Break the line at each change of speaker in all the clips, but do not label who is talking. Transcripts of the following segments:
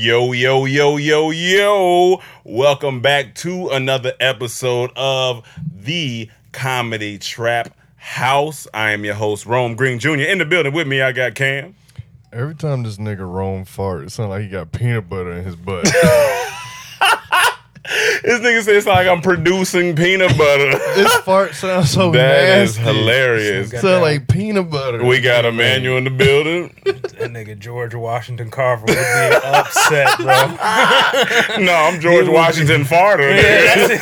Yo, yo, yo, yo, yo. Welcome back to another episode of the Comedy Trap House. I am your host, Rome Green Jr. In the building with me, I got Cam.
Every time this nigga Rome fart, it sounds like he got peanut butter in his butt.
This nigga says it's like I'm producing peanut butter.
this fart sounds so
That is
Oh, nasty.
hilarious.
It sound like peanut butter.
We got Emmanuel in the building.
That nigga George Washington Carver would be upset, bro.
No, I'm George Washington Farter.
It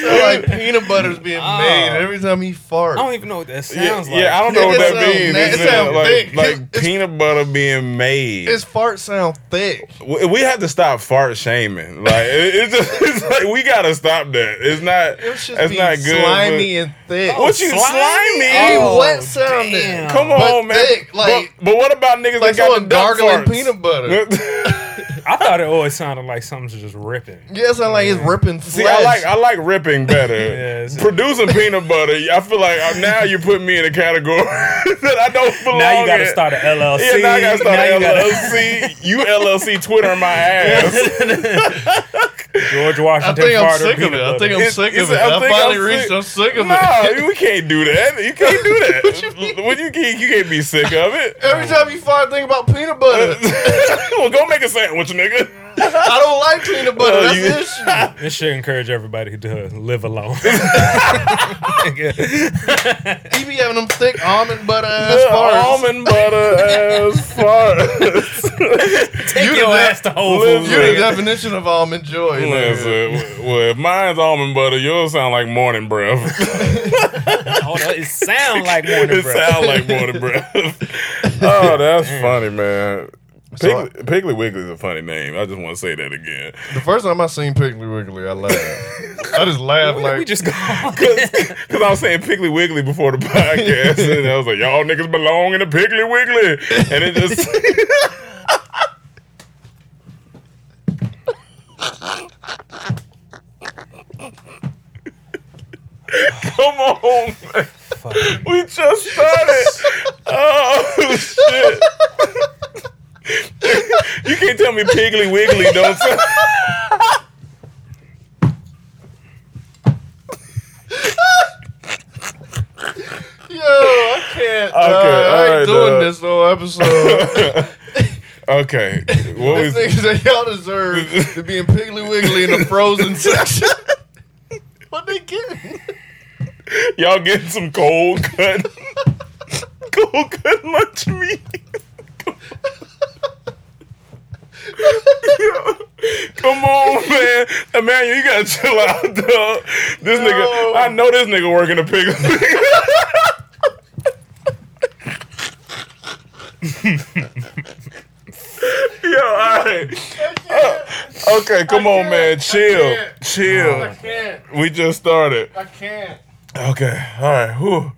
sound like peanut butter's being made every time he farts.
I don't even know what that
Yeah,
sounds like.
yeah, I don't know what
It
that
sound
means.
na- it
It's uh,
sound
like
thick.
like
It's-
peanut butter being made.
His fart sound thick.
we we have to stop fart shaming. Like it, it's just it's like we gotta stop that. It's not
It should
that's
be
not good.
slimy
but-
and thick.
what you slimy?
Hey,
Oh,
what sounded?
damn.
Come
But
on, man.
thick,
But-
like-
but, what about niggas
Like
that got the
someone
duck
gargling
farts?
peanut butter.
I thought it always sounded like something's just ripping.
Yeah, it sound like it's ripping flesh.
See, I like I like ripping better.
Yes.
Producing peanut butter, I feel like I, now you put me in a category that I don't belong.
Now you gotta
in.
start an
Oh,
LLC.
Yeah, now I gotta start
Now
an
you gotta-
LLC. You LLC Twitter my ass.
George
I
Washington
think I'm
Carver.
sick of it. I
peanut
think
butter.
I'm
It's-
sick
it's-
of it.
I
I,
think
finally
I'm
reached.
sick-
I'm sick of it.
No, we can't do that. You can't do that. What you can't, you can't be sick of it.
Every time you fart, think about peanut butter.
well, go make a sandwich, nigga.
I don't like peanut butter.
Uh,
That's
you-
the issue.
This should encourage everybody to live alone.
He be having them thick almond butter ass farts.
Almond butter ass farts.
Take your
done-
ass to Whole
live
Foods.
You're the
butter.
definition of almond joy. nigga.
Listen, well, if mine's almond butter, yours sound like morning breath.
Oh, that- It sound like morning
it
breath.
sound like morning breath. oh, that's funny, man. Piggly, Piggly Wiggly's a funny name. I just want to say that again.
The first time I seen Piggly Wiggly, I laughed. I just laughed
We
like
just go.
Because I was saying Piggly Wiggly before the podcast, and I was like, y'all niggas belong in the Piggly Wiggly. And it just. Come on, man. We just started. Oh, shit. you can't tell me Piggly Wiggly don't sound.
yo, I
Okay,
can't. dog. I ain't
alright,
doing
dog.
this whole episode.
Okay. What was
Niggas that y'all deserve to be in Piggly Wiggly in the frozen section. what they getting?
Y'all getting some cold cut, cold cut lunch meat. Come on, man. Emmanuel, you gotta chill out, dog. This nigga, I know this nigga working a pig. Yo, all right. Uh, okay, come on, man. Chill,
can't.
chill.
can't.
We just started.
I can't.
Okay. All right. Whew.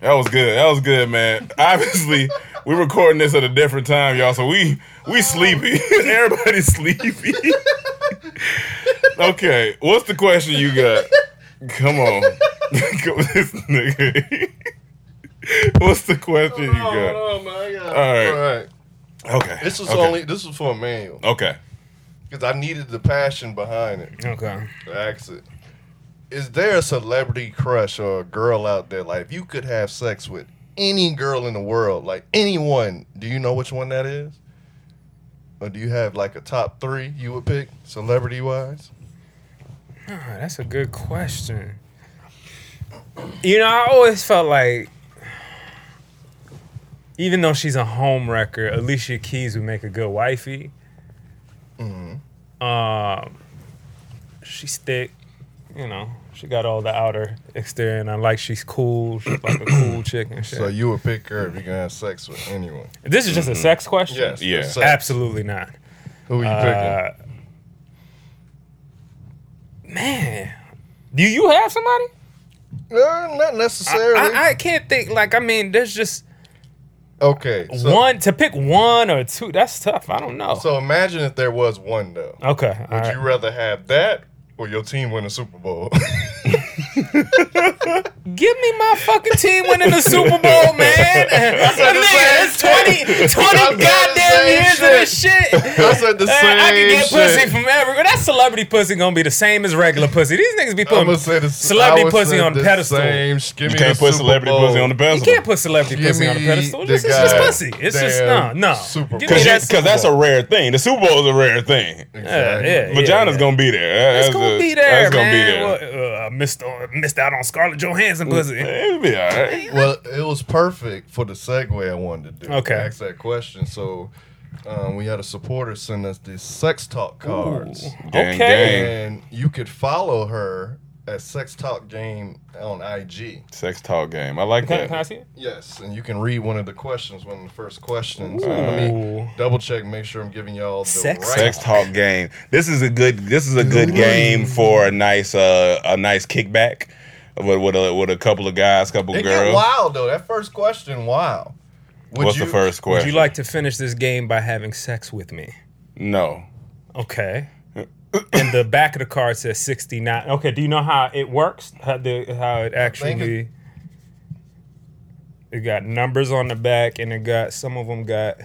That was good. That was good, man. Obviously, We're recording this at a different time, y'all. So we
Oh.
we sleepy. Everybody's sleepy. okay, what's the question you got? Come on, Come- this nigga. what's the question you got?
Oh my god!
All right.
right.
Okay,
This was
okay.
only this was for Emmanuel
okay.
because I needed the passion behind it.
Okay.
The accent. Is there a celebrity crush or a girl out there? Like, if you could have sex with any girl in the world, like anyone, do you know which one that is? Or do you have like a top three you would pick celebrity wise?
Ah, that's a good question. You know, I always felt like, even though she's a home wrecker, Alicia Keys would make a good wifey.
Mm-hmm.
Um, she's thick, you know. She got all the outer exterior, and I like she's cool. She's like a cool chick and shit.
So you would pick her if you can have sex with anyone.
this is just a sex question.
Yes.
Yeah.
sex.
Absolutely not.
Who you
Uh, man, do you have somebody?
picking? Uh, not necessarily.
I, I can't think like I mean there's just
okay. So,
one to pick one or two that's tough I don't know
So imagine if there was one though.
okay all
Would
right.
you rather have that or your team win the Super Bowl?
give me my fucking team winning the Super Bowl man nigga it's 20,
said
20
the
goddamn
same
years of this shit
I said the
Man,
same
I can get
shit.
pussy from everywhere that celebrity pussy gonna be the same as regular pussy these niggas be
I'm
putting
gonna say the
Um, celebrity
I would
pussy
say
on
the
pedestal.
Same, sh- give
You
me
can't
the
put
Super
celebrity
Bowl.
pussy on the
you
pedestal.
can't put celebrity
Give
pussy on a
me
pedestal
the
it's just, it's just
guy.
pussy it's just no
Damn
no
Super
Give
Bowl.
me
Cause, you-
that
'cause that's
Super
a rare thing. The Super Bowl is a rare thing.
Exactly.
Yeah, yeah.
Vagina's gonna be there. That-
It's
that's
gonna
a-
be there,
That's gonna
man.
be
Well, uh, I missed, on- missed out on Scarlett Johansson pussy.
there. It'll be all right.
Well, it was perfect for the segue I wanted to do.
Okay.
to ask that question. So, um, we had a supporter send us these sex talk cards,
Gang,
Okay.
gang.
and you could follow her at Sex Talk Game on IG.
Sex talk game. I like
Can,
that.
can I see it?
Yes, and you can read one of the questions, one of the first questions.
Ooh.
Let me double check, make sure I'm giving y'all the
Sex
right.
Uh, Sex talk game. This is a good. This is a good game for a nice, uh, a nice kickback with with a, with a couple of guys, couple
It get
girls.
wild though. That first question, wow. Would
What's the
you-
first
Would
question?
you like to finish this game by having sex with me?
no.
Okay. and the back of the card says 69. Okay, do you know how it works? How, the, how it actually. It got numbers on the back, and it got some of them got.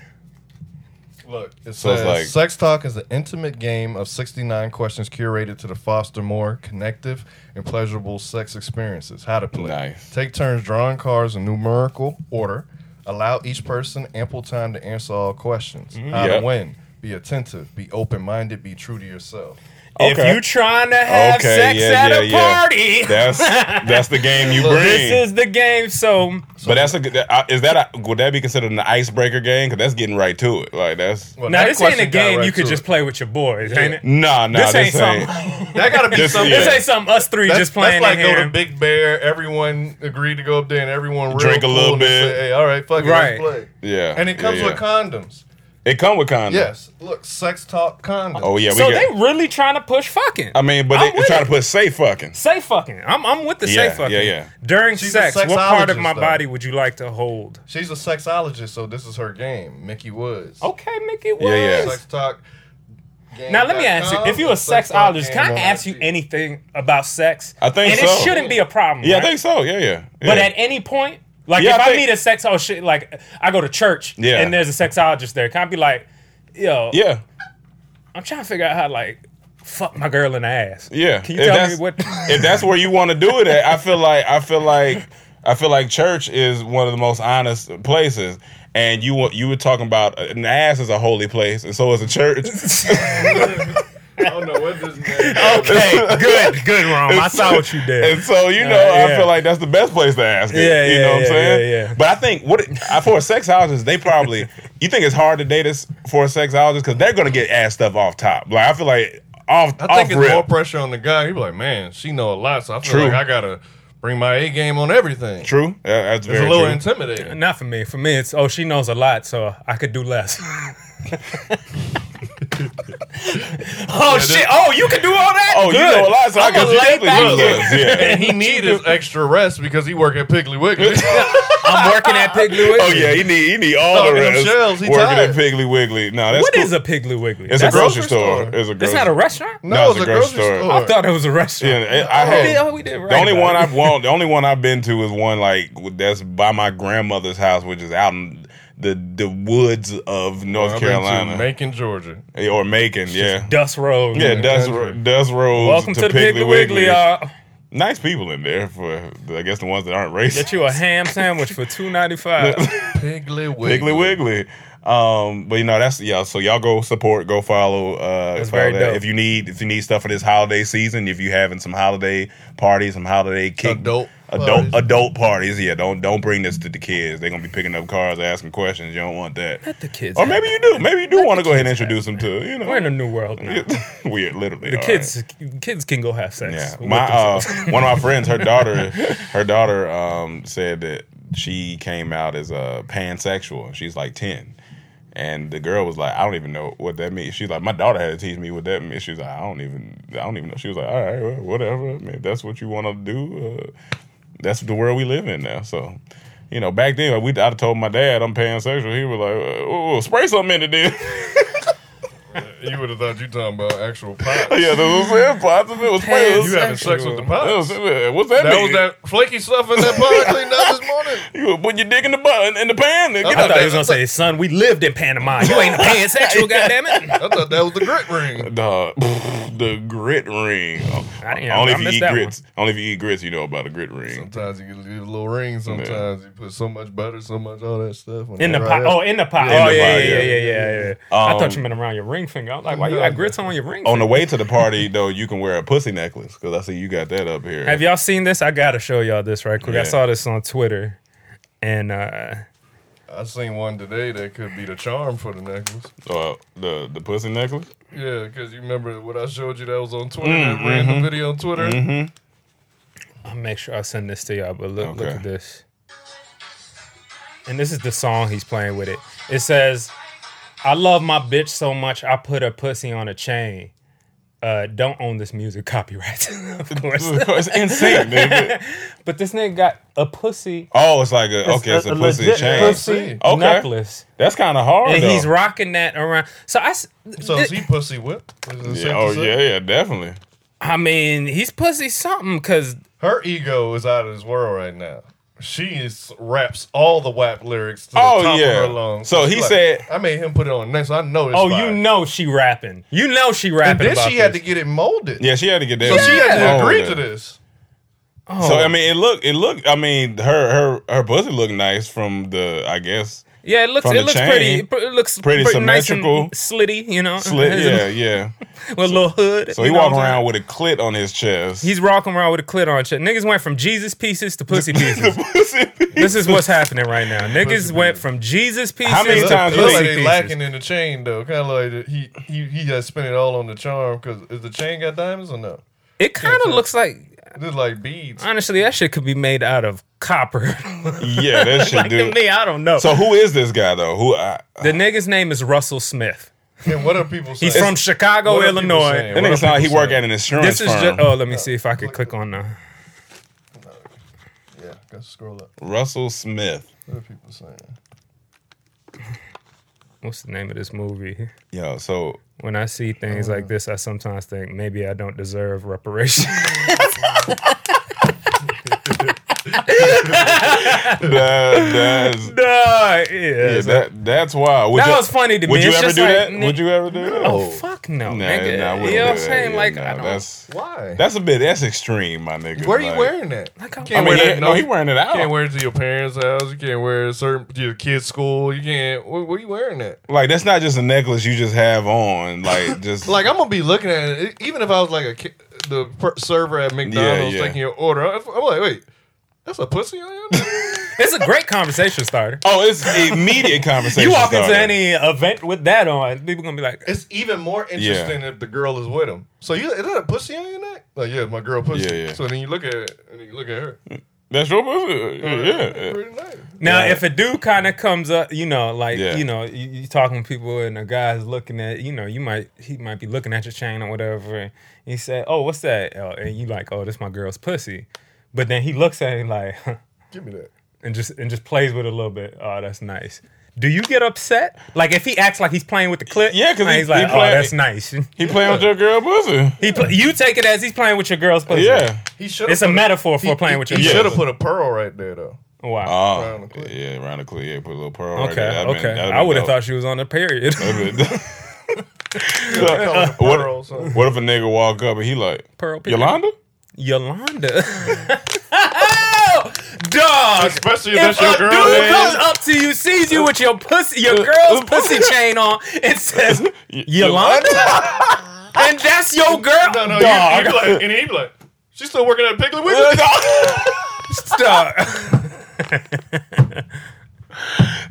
Look, it
So
says
it's like-
sex talk is an intimate game of 69 questions curated to the foster more connective and pleasurable sex experiences. How to play.
Nice.
Take turns drawing cards in numerical order. Allow each person ample time to answer all questions. How
Mm-hmm. Yep.
to win. Be attentive. Be open minded. Be true to yourself.
Okay.
If you trying to have
Okay,
sex
yeah,
at
yeah,
a
yeah.
party,
That's that's the game you
Look,
bring.
this is the game. So
but that's a good. that- uh, Is that a, would that be considered an icebreaker game? Because that's getting right to it. Like that's
Well,
now
that
this ain't a
question got
game
right
you could
to
just
it.
play with your boys, ain't it?
nah, nah.
This ain't
This ain't.
something.
That got to be
This-
something.
yeah.
This ain't something us three
That's,
just playing.
that's like go
in here.
to Big Bear. Everyone agreed to go up there, and everyone real
Drink a
cool
little
and just
bit.
Say, hey, all right, fuck it,
Right.
let's play.
Yeah,
And it comes
yeah,
with
yeah.
condoms.
it come with condoms.
Yes. Look, sex talk condoms.
Oh yeah. We
so
got,
they really trying to push fucking.
I mean, but
I'm
they
with
try
it.
to put safe fucking.
say fucking. I'm I'm with the say
Yeah,
fucking.
yeah, yeah.
During
She's a
sex, what part of
sexologist,
my
though.
body would you like to hold?
She's a sexologist, so this is her game. Mickey Woods.
Okay, Mickey. Woods.
yeah.
Sex talk. game
Oh. Now let me
dot
ask you:
com
If you're a
or sex talk
sexologist,
game
can I
on
ask you
IG?
anything about sex?
I think
and
so.
it shouldn't be a problem.
Yeah, I
right?
think so. Yeah, yeah.
But
Yeah.
at any point, like
Yeah,
if
I
I,
think-
meet a sex, oh shit, like I go to church,
Yeah.
and there's a sexologist there, can I be like, yo,
yeah,
I'm trying to figure out how to, like fuck my girl in the ass.
yeah.
Can you
If
tell me
that's-
what?
if that's where you want to do it at, I feel like I feel like I feel like church is one of the most honest places. And you wa- you were talking about uh, an ass is a holy place, and so is a church.
I don't know what this man.
okay, good, good, Rome. I saw what you did.
And so you know,
Uh, yeah.
I feel like that's the best place to ask. It,
Yeah,
you
yeah,
know what I'm
yeah,
saying.
yeah, yeah.
But I think what it- I- for a sexologist, they probably you think it's hard to date us for a sexologist because they're gonna get ass stuff off top. Like I feel like off
I think
off
it's
rip.
more pressure on the guy. He'd be like, man, she know a lot, so I feel
True.
like I gotta bring my A game on everything.
true. Yeah, that's
It's
very
a little
true.
intimidating.
Oh, Not for me. For me, it's oh, she knows a lot, so I could do less. Oh shit! Oh, you can do all that.
Oh, you know a lot, so I
I'm
can
gonna lay
definitely
back
do this. Yeah.
And he need his extra rest because he work at Piggly Wiggly.
I'm working at Piggly Wiggly.
Oh yeah, he need he need all the
Talking them
rest.
shells, he
working
tired.
at Piggly Wiggly. No, that's
What
cool.
is a Piggly Wiggly?
It's a
That's-
grocery
grocery
store.
store.
It's a grocery.
It's not a restaurant.
No, it's
no, it's
a
a
grocery
grocery
store.
store.
I thought it was a restaurant.
Yeah, I
Oh, we did-
had.
oh, we did right
the only
about
one
it.
I've won, the only one I've been to is one like that's by my grandmother's house, which is out in the the woods of North
I've been to
Carolina
Macon, Georgia.
or Macon. Yeah,
Dust Road.
yeah, Dust Ro-
country.
Dust Roads.
Welcome to, the Piggly Wiggly. Uh,
Nice people in there for I guess the ones that aren't racist.
get you a ham sandwich for two ninety five.
Piggly Wiggly.
Piggly Wiggly. Um, but you know that's yeah. So y'all go support, go follow. Uh,
That's
follow
very
that.
dope.
If you need if you need stuff for this holiday season, if you having some holiday parties, some holiday kick,
Adult
adult
parties.
adult parties, yeah. Don't don't bring this to the kids. They're gonna be picking up cars, asking questions. You don't want that.
Let the kids.
Or
have
maybe
it.
you do. Maybe you do
Let
want to
the
go ahead and
kids have
introduce them to you know.
We're in a new world now.
Weird, literally.
The
all right.
kids, kids can go have sex.
Yeah,
with
my uh,
themselves.
one of my friends, her daughter, her daughter um, said that she came out as a pansexual. She's like ten, and the girl was like, "I don't even know what that means." She's like, "My daughter had to teach me what that means." She was like, "I don't even, I don't even know." She was like, "All right, well, whatever. I mean, if that's what you want to do. Uh, that's the world we live in now." So. You know, back then, we I told my dad I'm pansexual. He was like, "Oh, spray something in it, then."
You would have thought you talking about actual pot.
yeah, that's what I'm saying. Pops, if it was spray,
You having sex with the pot?
What's that?
That
mean?
was that flaky stuff in that pot I cleaned out this morning.
You were putting your dick in the butt in the pan. And get
I
out
thought he
there.
was gonna say, "Son, we lived in Panama. You ain't a pansexual, goddammit."
I thought that was the grit ring.
The, the grit ring.
I didn't-
only
I
if you
missed
eat
that
grits. Only if you eat grits, you know about a grit ring.
Sometimes you get a little ring. Sometimes you put so much butter, so much all that stuff
In the pot. Oh, in the pot.
In
oh
the
yeah,
pot, yeah.
yeah,
Um,
yeah, yeah, yeah. yeah. I thought you meant around your ring finger. I was like, "Why you got grits on your ring?"
On
finger?
the way to the party, though, you can wear a pussy necklace because I see you got that up here.
Have y'all seen this? I gotta show y'all this right quick.
Yeah.
I saw this on Twitter, and uh,
I seen one today that could be the charm for the necklace.
uh, the the pussy necklace?
Yeah, because you remember what I showed you that was on Twitter,
Mm-hmm.
that random video on Twitter.
I'll make sure I send this to y'all. But look, look
Okay.
at this. And this is the song he's playing with it. It says, "I love my bitch so much, I put her pussy on a chain." Uh, don't own this music copyright, of course.
it's insane, man.
but this nigga got a pussy.
Oh, it's like a okay, it's a, pussy
legit
chain.
pussy
Okay.
necklace,
That's kind of hard.
and
though.
he's rocking that around. So I, s-
So
thi-
is he pussy whipped? Is it safe
Yeah,
to
oh
say?
yeah, yeah, definitely.
I mean, he's pussy something because
Her ego is out of this world right now. She is raps all the WAP lyrics to the
Oh,
top
yeah.
of her lungs.
So
She
he said-
I made him put it on next. I know it's
oh,
fire."
you know she rapping. You know she
And
rapping.
then
about
she had to
this.
get it molded.
Yeah, she had to get that.
So she had
Oh,
to agree
yeah.
to this.
So I mean, it looked, it looked. I mean, her her her pussy looked nice from the, I guess,
Yeah, it looks
from
it
the
looks
chain.
pretty. It pr- it looks
Pretty
pretty,
symmetrical.
nice and slitty. You know,
slit. Yeah, yeah.
with a little hood.
So
you
he
know
walked
what I'm saying?
around with a clit on his chest.
He's rocking around with a clit on shit. Niggas went from Jesus pieces to pussy pieces. this is what's happening right now. Niggas went from Jesus pieces.
many
to
times
Sometimes
you think-
pussy
like they
pieces.
lacking in the chain though. Kind of like that he he he has spent it all on the charm because is the chain got diamonds or no?
It kind of looks like
Just like beads.
honestly that shit could be made out of copper.
yeah, that shit,
like to
dude.
me, I don't know.
So who is this guy though? Who I,
the nigga's name is Russell Smith.
And what are people saying?
He's from Chicago,
what are people
Illinois.
saying?
that
What
nigga
are
sound like he
people
work
saying?
at an insurance
This is just.
firm.
Oh, let me see if I could click on uh, the.
Yeah, gotta scroll up.
Russell Smith.
What are people saying?
What's the name of this movie?
Yo, so
When I see things like this, I sometimes think maybe I don't deserve reparation.
that, that's,
Duh, yeah,
yeah,
it's like-
that that's why. Would
That
you-
was funny to me.
Would you
It's
ever
just
do
like,
that?
ni-
Would you ever do that?
oh, fuck no,
Nah,
nigga.
nah, I wouldn't
you know
do
what I'm
that.
saying?
Yeah,
like,
nah,
I don't.
that's
Why?
that's a bit that's extreme, my nigga.
Where are you
Like,
wearing that?
like, I-
I mean,
wear
he-
that-
no,
no.
he wearing it out.
You can't wear it to your parents' house. You can't wear it certain to your kids' school. You can't. What, what are you wearing that?
like that's not just a necklace you just have on. Like just
Like I'm gonna be looking at it. E, Even if I was like a ki- the per- server at McDonald's
yeah.
taking your order, I'm I'm like, wait, that's a pussy on you?
it's a great conversation starter.
oh, it's immediate conversation.
You walk into
starter.
any event with that on, people gonna be like,
it's even more interesting if the girl is with him. So you is that a pussy on your neck? Like yeah, my girl pussy.
Yeah, yeah.
So then you look at it and you look at her.
That's your pussy. Yeah.
Pretty nice.
Now,
Right.
if a dude kind of comes up, you know, like
Yeah.
you know, you, you talking to people and a guy's looking at, you know, you might he might be looking at your chain or whatever, and he said, "Oh, what's that?" Oh, and you like, "Oh, this my girl's pussy," but then he looks at it like,
Give me that.
and just and just plays with it a little bit. Oh, that's nice. Do you get upset? Like if he acts like he's playing with the clip,
Yeah, 'cause
and
he-
he's like,
he
"Oh,
play-
that's nice."
He playing with your girl pussy.
He pl- you take it as he's playing with your girl's pussy.
Yeah.
He should.
It's a metaphor for playing with your
He
Yeah.
should have put a pearl right there though.
Wow.
Oh,
Round the clip.
yeah, round the clip. Yeah, put a little pearl.
Oh,
Right
Okay,
there. That'd
okay.
been- that'd
I
been
would have
dope.
thought she was on a period.
So,
Call it a pearl or
what,
something.
what if a nigga walk up and he like
Pearl period.
Yolanda?
Yolanda. oh, dog.
Especially if
If
that's your
a
girl.
dude
man. Uh,
comes up to you, sees you with your pussy, your girl's pussy chain on, and says
Y-
Yolanda, and that's your girl,
No, no,
dog.
He, he be like, and he be like, she's still working at Piggly Wiggly.
Dog.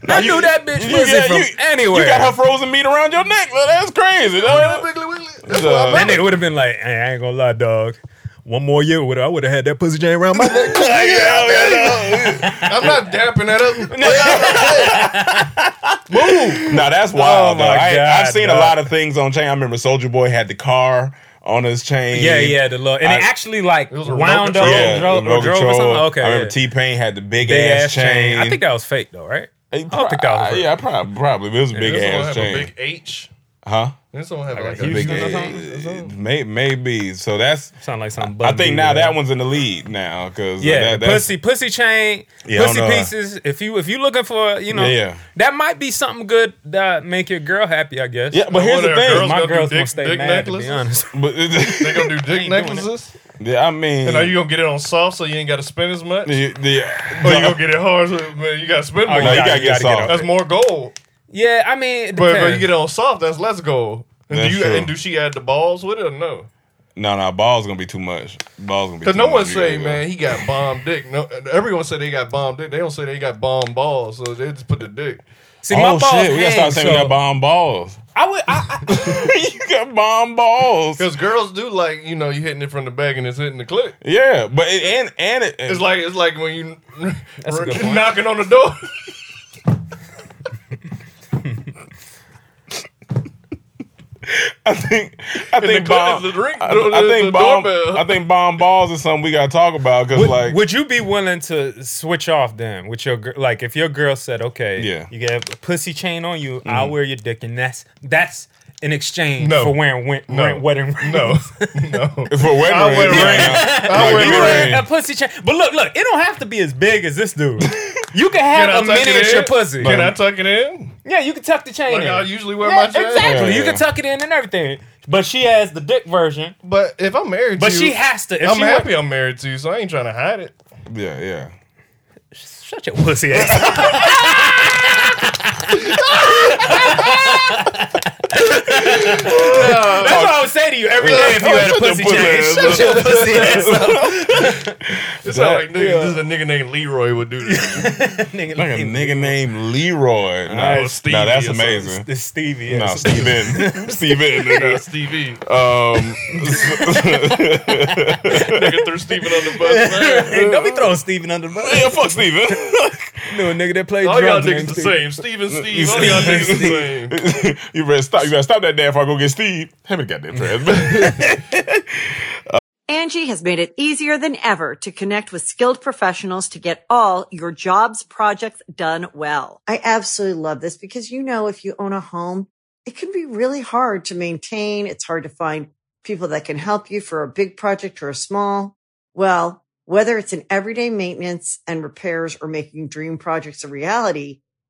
I knew that bitch
you
pussy
got-
from
you-
anywhere.
You got her frozen meat around your neck. Well, that's crazy. That-
Piggly Wiggly. That's
Uh,
what I
That
meant.
nigga would have been like, hey, I ain't gonna lie, dog. One more year, would I would have had that pussy chain around my neck.
I'm not dapping that up.
Now that's wild.
Oh my
though. I,
God,
I've seen
dog.
a lot of things on chain. I remember Soldier Boy had the car on his chain.
yeah, yeah, the little, and it
I-
actually like
was a remote
wound up,
control.
Yeah,
or drove,
remote
or drove or
control.
something. Okay,
I remember
yeah.
T Pain had the big,
big
ass, chain.
I think that was fake though, right?
I
don't think that was real.
Yeah, probably, probably. but It was a big
This one
ass
have
chain.
a big H.
huh?
This one have like
a
a
huge
big
Big
one or something?
A- may- Maybe. So that's.
Sound like something.
I
Bun B
think now
would
that
have.
one's in the lead now because
Yeah,
that, that's,
pussy, pussy chain,
Yeah, I
pussy
don't know.
pieces. If you if you looking for, you know,
Yeah, yeah.
that might be something good that make your girl happy. I guess.
Yeah, but here's the
what are
thing.
girls
my
gonna do
girl's gonna
dick-
stay
dick
mad.
necklaces?
To be honest,
But
They gonna do dick necklaces?
Yeah, I mean,
And are you gonna get it on soft so you ain't gotta spend as much?
Oh,
the, the,
Or you gonna get it hard so man, you gotta spend more.
no, you
Yeah,
gotta
you
get
gotta get
soft.
off.
That's more gold.
yeah, I mean, it
But but you
depends.
get it on soft, that's less gold. And
That's
do you
true.
and do she add the balls with it or no?
No, no, balls gonna be too much. Balls gonna be.
Cause
too
no
much.
one
You
say,
gotta go.
man, he got bomb dick. No, everyone say they got bomb dick. They don't say they got bomb balls, so they just put the dick.
See, my
Oh
balls
shit, we gotta
hang,
start saying we
so
got bomb balls.
I would. I, I,
you got bomb balls.
Cause girls do like you know you hitting it from the back and it's hitting the clip.
Yeah, but it, and and it,
It's like it's like when you
a good point.
knocking on the door.
I think I think bomb.
the club is the drink-
I,
the-
I
the-
think
the
bomb.
doorbell.
I think bomb balls is something we gotta talk about because
would,
like
would you be willing to switch off then with your girl? Like, if your girl said, "Okay,
Yeah.
you get a pussy chain on you, I'll wear your dick," and that's that's in exchange
Mm-hmm. No.
for wearing win- wearing wedding rings.
No, no.
for wedding
I wear
rings,
a ring.
yeah.
I
Like,
wear
you
a
You
ring.
wearing-
wear a pussy chain, but look, look, it don't have to be as big as this dude. You can
Can I
have a
tuck it
miniature
in?
pussy.
Can I tuck it in?
yeah, you can tuck the chain
Like
in.
I usually wear
yeah,
my chain.
exactly.
Yeah,
You can
yeah.
tuck it in and everything. But she has the dick version.
But if I'm married,
But
to
she
you,
has to. If
I'm
she
happy
Went,
I'm married to you, so I ain't trying to hide it.
yeah, yeah.
shut your pussy ass. That's what I would say to you every day if you had a
Shut your
pussy
pussy
chain.
ass
Shut your pussy ass up.
It's not
That-
like nigga, this is a nigga named Leroy would do this.
Nigga,
Like a nigga named Leroy. No,
Or
no,
Stevie
that's
or
amazing.
This Stevie.
No,
yes.
Steven. Steven. nigga.
Stevie.
Um,
nigga threw Steven on the bus. man.
Hey, don't be throwing Steven under the bus.
yeah, fuck Steven.
You know a nigga that played
All y'all
drums
niggas
named
the same.
Steven.
Steven, Steve. All y'all niggas the same.
you better stop. You better stop that damn before I go get Steve. Have a goddamn friend.
Angie has made it easier than ever to connect with skilled professionals to get all your jobs projects done well. I absolutely love this because, you know, if you own a home, it can be really hard to maintain. It's hard to find people that can help you for a big project or a small. Well, whether it's in everyday maintenance and repairs or making dream projects a reality,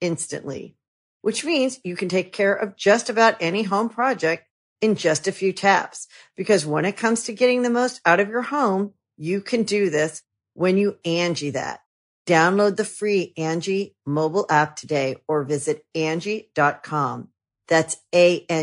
instantly, which means you can take care of just about any home project in just a few taps. Because when it comes to getting the most out of your home, you can do this when you Angie that. Download the free Angie mobile app today or visit Angie.com. That's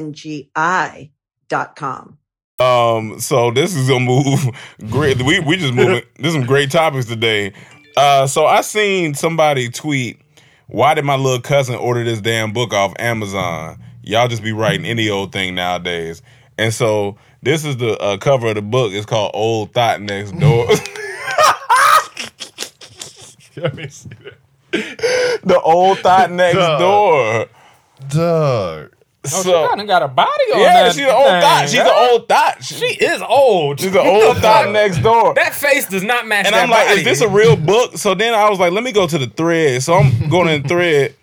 A-N-G-I dot com.
Um, so this is gonna move great. We we just moving. There's some great topics today. Uh, so I seen somebody tweet, "Why did my little cousin order this damn book off Amazon? Y'all just be writing any old thing nowadays." And so this is the uh, cover of the book. It's called "Old Thought Next Door."
Let me see that.
the old thought next
Duh.
door.
Doug.
So-
Oh, she kind of got a body on
yeah,
that
she's an old
thing,
thought. She's an
huh?
old thought.
She is old.
she's an old thought next door.
That face does not match.
and
that
I'm like,
body.
is this a real book? So then I was like, let me go to the thread. So I'm going in the thread.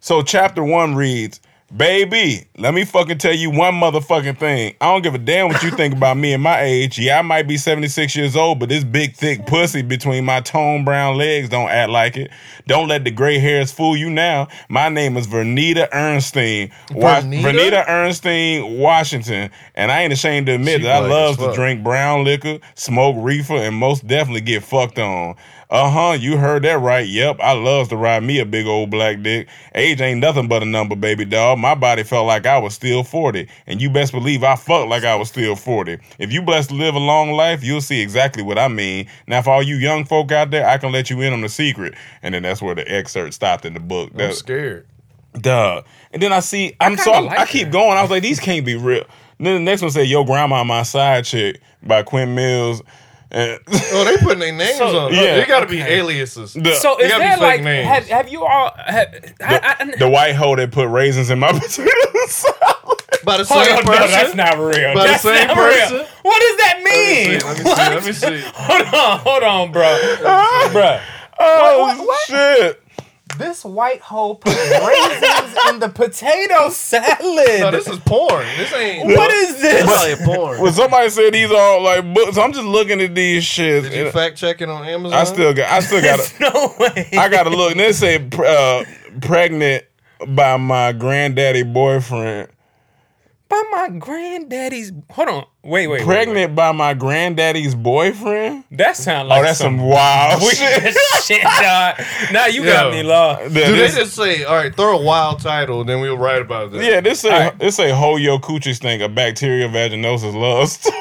So chapter one reads, Baby, let me fucking tell you one motherfucking thing. I don't give a damn what you think about me and my age. Yeah, I might be 76 years old, but this big thick pussy between my tone brown legs don't act like it. Don't let the gray hairs fool you now. My name is Vernita Ernstein. Wa-
Vernita?
Vernita Ernstein Washington. And I ain't ashamed to admit
She
that I
black
love
as
to
fuck.
drink brown liquor, smoke reefer, and most definitely get fucked on. Uh huh, you heard that right. Yep, I love to ride me a big old black dick. Age ain't nothing but a number, baby dog. My body felt like I was still 40, and you best believe I fucked like I was still 40. If you blessed to live a long life, you'll see exactly what I mean. Now, for all you young folk out there, I can let you in on the secret. And then that's where the excerpt stopped in the book.
I'm
That-
scared.
Duh. And then I see, I'm
kinda
so I'm-
like
I keep
that.
going. I was like, these can't be real. And then the next one said, Yo, Grandma, My Side Chick by Quinn Mills. And
Oh, they putting their names
So-
on.
Yeah,
Yeah, they got to be
okay.
aliases.
the,
So
They
is
gotta be
that
fake
like?
names.
Have, have you all? Have, I, I,
the, the white hoe that put raisins in my potatoes.
By the same
hold on, no,
person.
that's not real.
By the
that's
same
not
person?
real. What does that
Let me
mean?
see.
What?
Let me see. Let me see.
Hold on, hold on, bro, bro.
oh,
What, what, what?
shit.
This white hole put raisins in the potato salad.
No, this is porn. This ain't.
what is
This
this?
is probably porn.
When somebody said these are like books, I'm just looking at these shits.
Did you
and
fact check it on Amazon?
I still got, I still got,
There's no way.
I got to look. And they say uh, pregnant by my granddaddy boyfriend.
by my granddaddy's. Hold on, wait, wait, wait, wait.
Pregnant by my granddaddy's boyfriend.
That sounds like
Oh, that's some
some
wild shit.
weird shit, dog. Now you got
Yo.
me lost.
Yeah,
Do they
this,
just say, all right, throw a wild title, then we'll write about this?
yeah, this say
Alright.
this say whole yo coochie stink a bacterial vaginosis love story.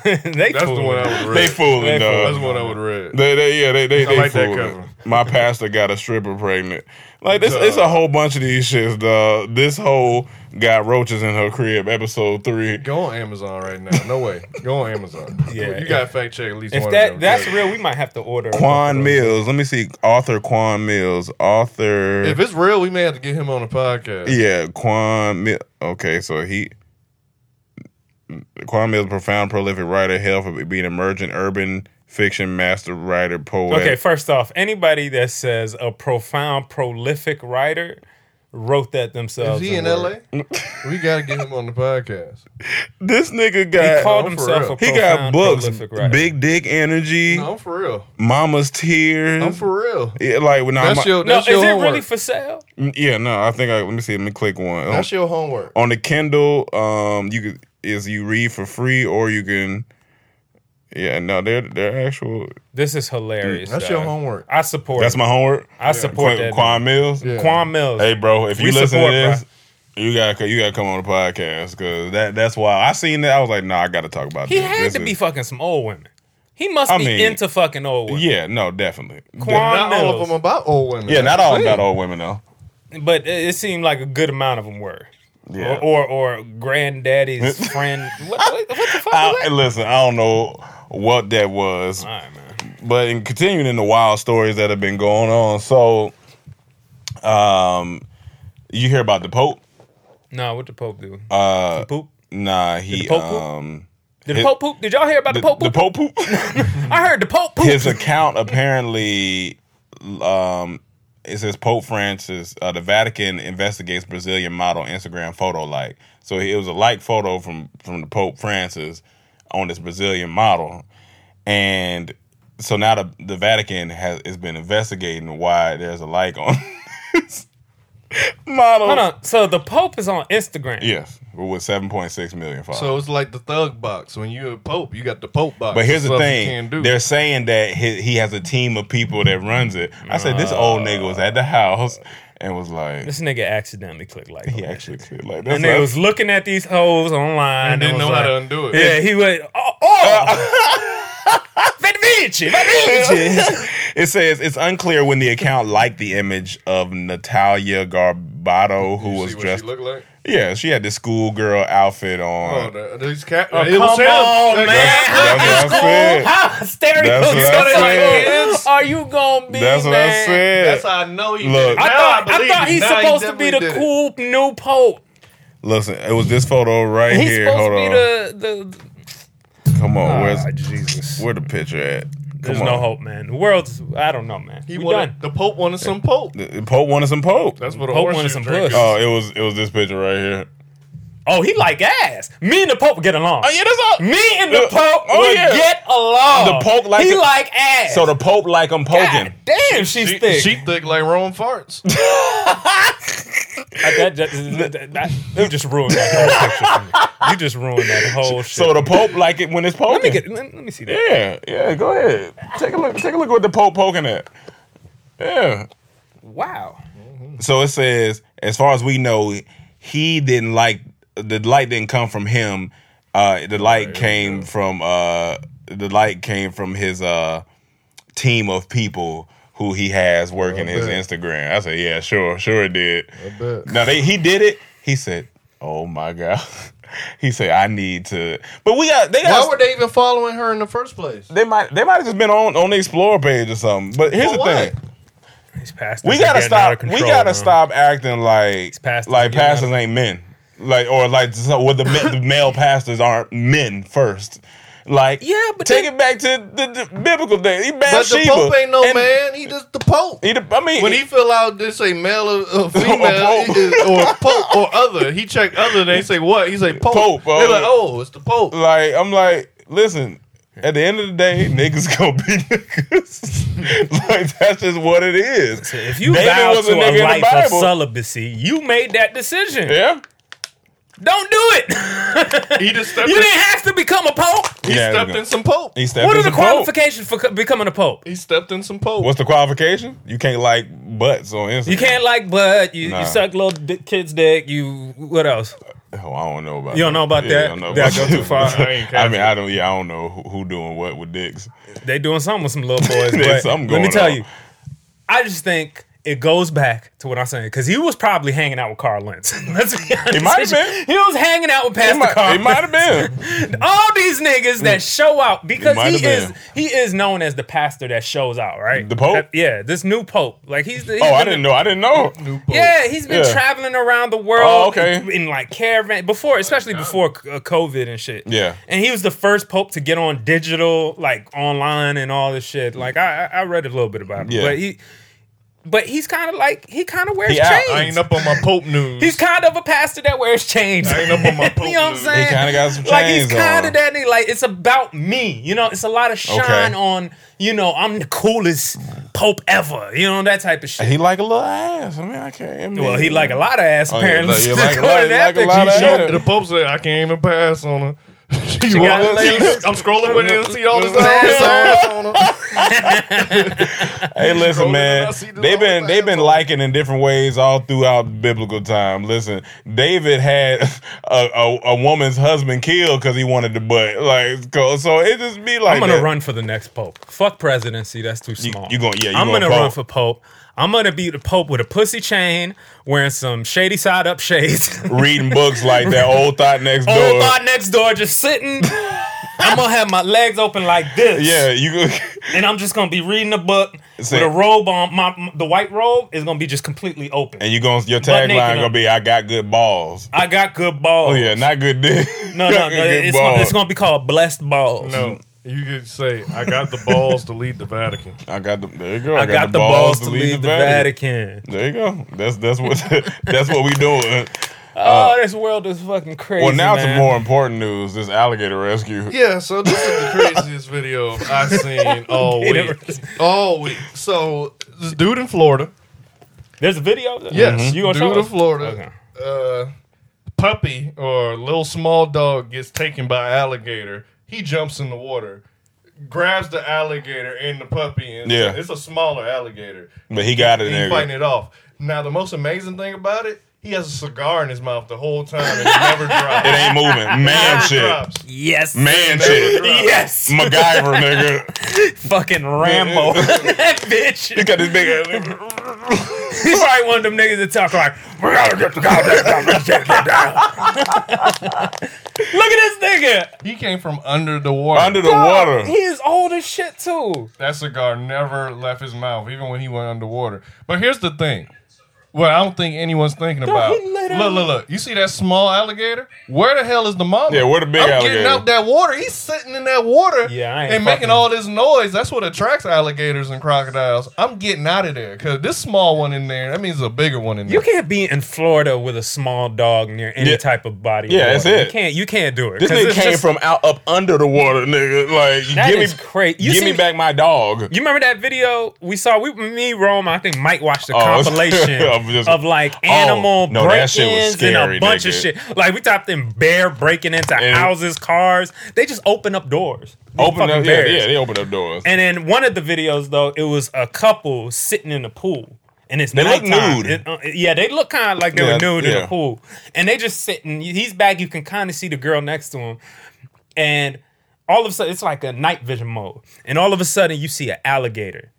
That's
they
the
fooling.
one I would read.
they fooling
They fooling.
though.
That's the one I would read.
They, they, yeah, they, they,
I
they
like that
fooling.
cover.
My pastor got a stripper pregnant. Like this,
Duh.
it's a whole bunch of these shits. Dog. This whole got roaches in her crib. Episode three.
Go on Amazon right now. No way. Go on Amazon.
Yeah,
you
if-
got to fact check at least
If
one
that
of them.
that's real, we might have to order. a couple
Quan
of
Mills. Let me see. Author Quan Mills. Author.
If it's real, we may have to get him on the podcast.
Yeah, Quan Mill. Okay, so he. Quan Mills, profound, prolific writer, hail for being emergent urban fiction master writer, poet.
Okay, first off, anybody that says a profound, prolific writer wrote that
Is
themselves.
he in
wrote
LA?
it.
we got to get him on the podcast.
this nigga
He
got
called
for
himself
real.
a
he
profound,
got books,
prolific writer.
big dick energy,
No, I'm for real.
mama's tears.
I'm for real.
Yeah, like when I'm
That's your,
No,
that's
is it
your homework.
really for sale?
yeah no, I think I let me see. Let me click one on,
that's your homework.
on the Kindle. Um, you could is you read for free or you can. Yeah, no, they're they're actual.
This is hilarious.
That's
dog.
your homework.
I support.
That's my homework.
I support that.
Quan Mills.
Yeah.
Quan Mills.
Hey, bro, if you
We
listen
support,
to this, you gotta you gotta come on the podcast because that that's why I seen that. I was like, nah, I gotta talk about
He
this.
had
This
to be
is-
fucking some old women. He must
I
be
mean-
into fucking old women.
yeah, no, definitely.
Quan
Not all of
Mills.
them about old women.
yeah, not
That's
all
the
about
thing.
old women though.
But it, it seemed like a good amount of them were.
Yeah.
Or, or or granddaddy's friend. What, what, what the fuck?
I,
was that?
and listen, I don't know what that was,
All right, man.
but in continuing in the wild stories that have been going on, so um, you hear about the Pope?
No, what the Pope do?
Uh,
He poop.
nah, he
the Pope poop?
um,
Did
his-
the Pope poop? Did y'all hear about the,
the,
Pope
the
poop?
Pope poop.
I heard the Pope poop.
his account apparently um it says Pope Francis, uh, the Vatican investigates Brazilian model Instagram photo like. So it was a like photo from from the Pope Francis on this Brazilian model, and so now the the Vatican has has been investigating why there's a like on model.
Hold on. So the Pope is on Instagram.
Yes, with 7.6 million followers.
So it's like the thug box. When you're a pope, you got the pope box.
but here's the
Stuff you
thing:
can't do.
they're saying that he, he has a team of people that runs it. I said this old nigga was at the house and was like,
This nigga accidentally clicked like.
he actually said like
And
that's
they
like-
was looking at these hoes online.
And didn't
was
know how to undo it.
Yeah, he went, oh, oh. Benvinci, Benvinci.
It says it's unclear when the account liked the image of Natalia Garbato, who
You
was
see what
dressed.
She look like?
yeah, she had the schoolgirl outfit
Oh,
on.
that- these cat.
Oh,
it
come
was him.
on,
That-
man.
That's- that's what I said.
How hysterical
That's what I
this
said.
is. Are you going to be,
That's what I
man?
said.
That's how I know you.
Look.
did it.
I
Now
thought, I
believe
thought
you.
he's
Now he
supposed to be the
definitely did it.
cool new Pope.
Listen, it was this photo right
He's
here.
supposed
Hold
to be
on,
the, the
come on, where's
Ah, Jesus.
where the picture at? Come
There's
on.
no hope, man. The world's, I don't know, man.
He
we
wanted,
done.
The Pope wanted some Pope.
The- the Pope wanted some Pope.
That's what a
Pope
horse
wanted
shoe
some
drink
puss.
is.
Oh, it was it was this picture right here.
Oh, he like ass. Me and the Pope get along.
Oh yeah, that's all.
Me and the
Uh,
Pope
oh,
would
yeah.
get along.
The Pope like
he
it-
like ass.
So the Pope like I'm
God
poking.
damn, she's
She,
thick.
she thick like Rome farts.
I- that- that- that- that- that- you just ruined that whole picture for me. You just ruined that whole shit.
So the Pope like it when it's poking.
let me get. Let, let me see that.
yeah, yeah. Go ahead. Take a look. Take a look what the Pope poking at. Yeah.
Wow.
So it says, as far as we know, he didn't like the light didn't come from him. Uh, the light came from uh, the light came from his uh, team of people who he has working his
bet.
Instagram. I said, yeah, sure, sure it did.
bet.
Now they, he did it. He said, oh my god. he said, I need to. But we got they got.
Why were they even following her in the first place?
they might they might have just been on on the Explorer page or something. But here's
For
the
what?
thing.
He's past.
We
this
gotta
again, out
stop.
of
we
control,
gotta
man.
stop acting like
pastors
like
getting out of-
pastors ain't men, like or like so, well, the, men, the male pastors aren't men first. Like
Yeah, but
take
then-
it back to the, the biblical day. He
But the
Bathsheba.
Pope ain't no
and
man. He just the Pope.
He, the- I mean,
when he fill out this a male or, or female
Pope.
he is- or pope or other, he check other. They say what? He say pope.
Pope,
They're
uh,
like, oh, it's the pope.
like I'm like, listen. At the end of the day, niggas gonna be niggas. like that's just what it is.
If you
David
vow
was a
to
nigga in
a
the
life of
Bible.
celibacy, you made that decision.
yeah,
Don't do it.
He just stepped,
you
in,
didn't have to become a pope.
he
Yeah,
stepped
there you
in some pope.
go. He stepped
What
in
are the
some pope.
qualifications for co- becoming a pope?
He stepped in some pope.
What's the qualification? You can't like butts on Instagram.
You can't like blood. You,
Nah.
you suck little di- kids' dick. You what else?
Oh, I don't know about.
You don't know about that?
I don't know
Did I
about
go
that.
too far? I ain't
I mean, I don't. Yeah, I don't know who, who doing what with dicks.
They doing something with some little boys.
There's
but
something
let me
going
tell
on.
you, I just think it goes back to what I'm saying because he was probably hanging out with Carl Lentz. Let's be honest.
It might
with
have been.
you. He was hanging out with
It
Pastor
might,
Carl.
it might have been.
Lentz. All these niggas that show out because
might
he
have
is
been.
he is known as the pastor that shows out, right?
The Pope?
That- yeah, this new pope. Like he's the. he's
Oh, I
been
didn't know. I didn't know.
Yeah, he's been
Yeah.
traveling around the world.
Oh, okay.
in, in, like caravan before, especially before c- uh, COVID and shit.
Yeah.
and he was the first pope to get on digital, like online and all this shit. Like I, I I read a little bit about him,
Yeah.
but he, but he's kind of like he kind of wears
He out. I
chains.
I ain't up on my pope news.
He's kind of a pastor that wears chains.
I ain't up on my pope
you know what I'm
news.
saying?
He kinda got some
Like he's
chains on.
kind of that. nigga, Like it's about me. You know, it's a lot of shine
Okay.
on. You know, I'm the coolest pope ever. You know that type of shit.
He like a little ass. I mean, I can't. I mean,
Well, he like a lot of ass
Oh, yeah,
apparently.
like- yeah, like a lot-
According to
like a
that
lot of
picture,
ass.
she-
Yeah.
The pope said, I can't even pass on her. She
got
walking-
legs.
I'm scrolling with him, see all this
Ass
ass on her.
Hey, listen,
Scrolling and
man.
I see the
They've been
whole
they've been
thing.
liking in different ways all throughout biblical time. Listen, David had a, a, a woman's husband killed because he wanted the butt. Like, co- so it just be like
I'm gonna
that.
run for the next pope. Fuck presidency. That's too small.
you gonna- yeah, you
I'm
gonna
gonna, run
pope.
for pope. I'm gonna be the pope with a pussy chain, wearing some shady side up shades.
reading books like that. Old thought next door.
Old thought next door, just sitting. I'm gonna have my legs open like this.
Yeah, you. go-
and I'm just gonna be reading a book
See-
with a robe on. My, my- the white robe is gonna be just completely open.
And you going your
Butt naked
tagline gonna
up.
be I got good balls.
I got good balls.
Oh yeah, not good dick.
No, no, no.
Good
It's, gonna,
balls.
it's gonna be called blessed balls.
No, you could say, I got the balls to lead the Vatican.
I got the there you go.
I got the balls to leave the Vatican.
There you go. That's that's what that's what we doing.
Oh, this world is fucking crazy.
Well, now
man.
to more important news: this alligator rescue.
Yeah, so this is the craziest video I've seen all
It
week. All week. So this dude in Florida
There's a video.
Yes,
Mm-hmm.
Mm-hmm. you gonna
dude
show
in
us?
Florida. Uh, puppy or little small dog gets taken by alligator. He jumps in the water, grabs the alligator and the puppy, and
Yeah.
it's a smaller alligator.
But he got it
He's
there.
fighting it off. Now the most amazing thing about it, he has a cigar in his mouth the whole time and it never drops.
It ain't moving. Man
Never
shit.
drops.
Yes.
Man
Never
shit.
drops.
Yes.
MacGyver, nigga.
Fucking Rambo. that bitch.
You got this big ass.
He's probably one of them niggas that talk like, we gotta get the goddamn government shit down. Look at this nigga.
He came from under the water.
Under the water.
He is old as shit too.
That cigar never left his mouth, even when he went underwater. But here's the thing. Well, I don't think anyone's thinking about.
he literally-
Look, look, look. You see that small alligator? Where the hell is the mama?
Yeah, where the big
I'm
alligator?
getting out that water. He's sitting in that water
Yeah, I ain't
and making
fucking-
all this noise. That's what attracts alligators and crocodiles. I'm getting out of there because this small one in there, that means a bigger one in there.
You can't be in Florida with a small dog near any
Yeah.
type of body. of
Yeah, that's
water.
it.
You can't. You can't do it.
This
'Cause
nigga
it's
came
just-
from out up under the water, nigga. Like,
That
give
is
me,
cra- you
give
see-
me back my dog.
You remember that video we saw? We, me, Rome, I think Mike watched a
Oh,
compilation
I'm just- Oh,
of like animal
no, that shit was
break-ins and
scary,
a bunch of
nigga.
shit. Like we topped in bear breaking into
And-
houses, cars. They just open up doors. These
Open
fucking
up, yeah,
bears.
yeah, they open up doors.
And then one of the videos though, it was a couple sitting in the pool, and it's
They look
nighttime.
nude.
It- uh, yeah, they look kind of like they
Yeah,
were nude in
yeah.
the pool, and they just sitting. He's back. You can kind of see the girl next to him, and all of a sudden it's like a night vision mode, and all of a sudden you see an alligator.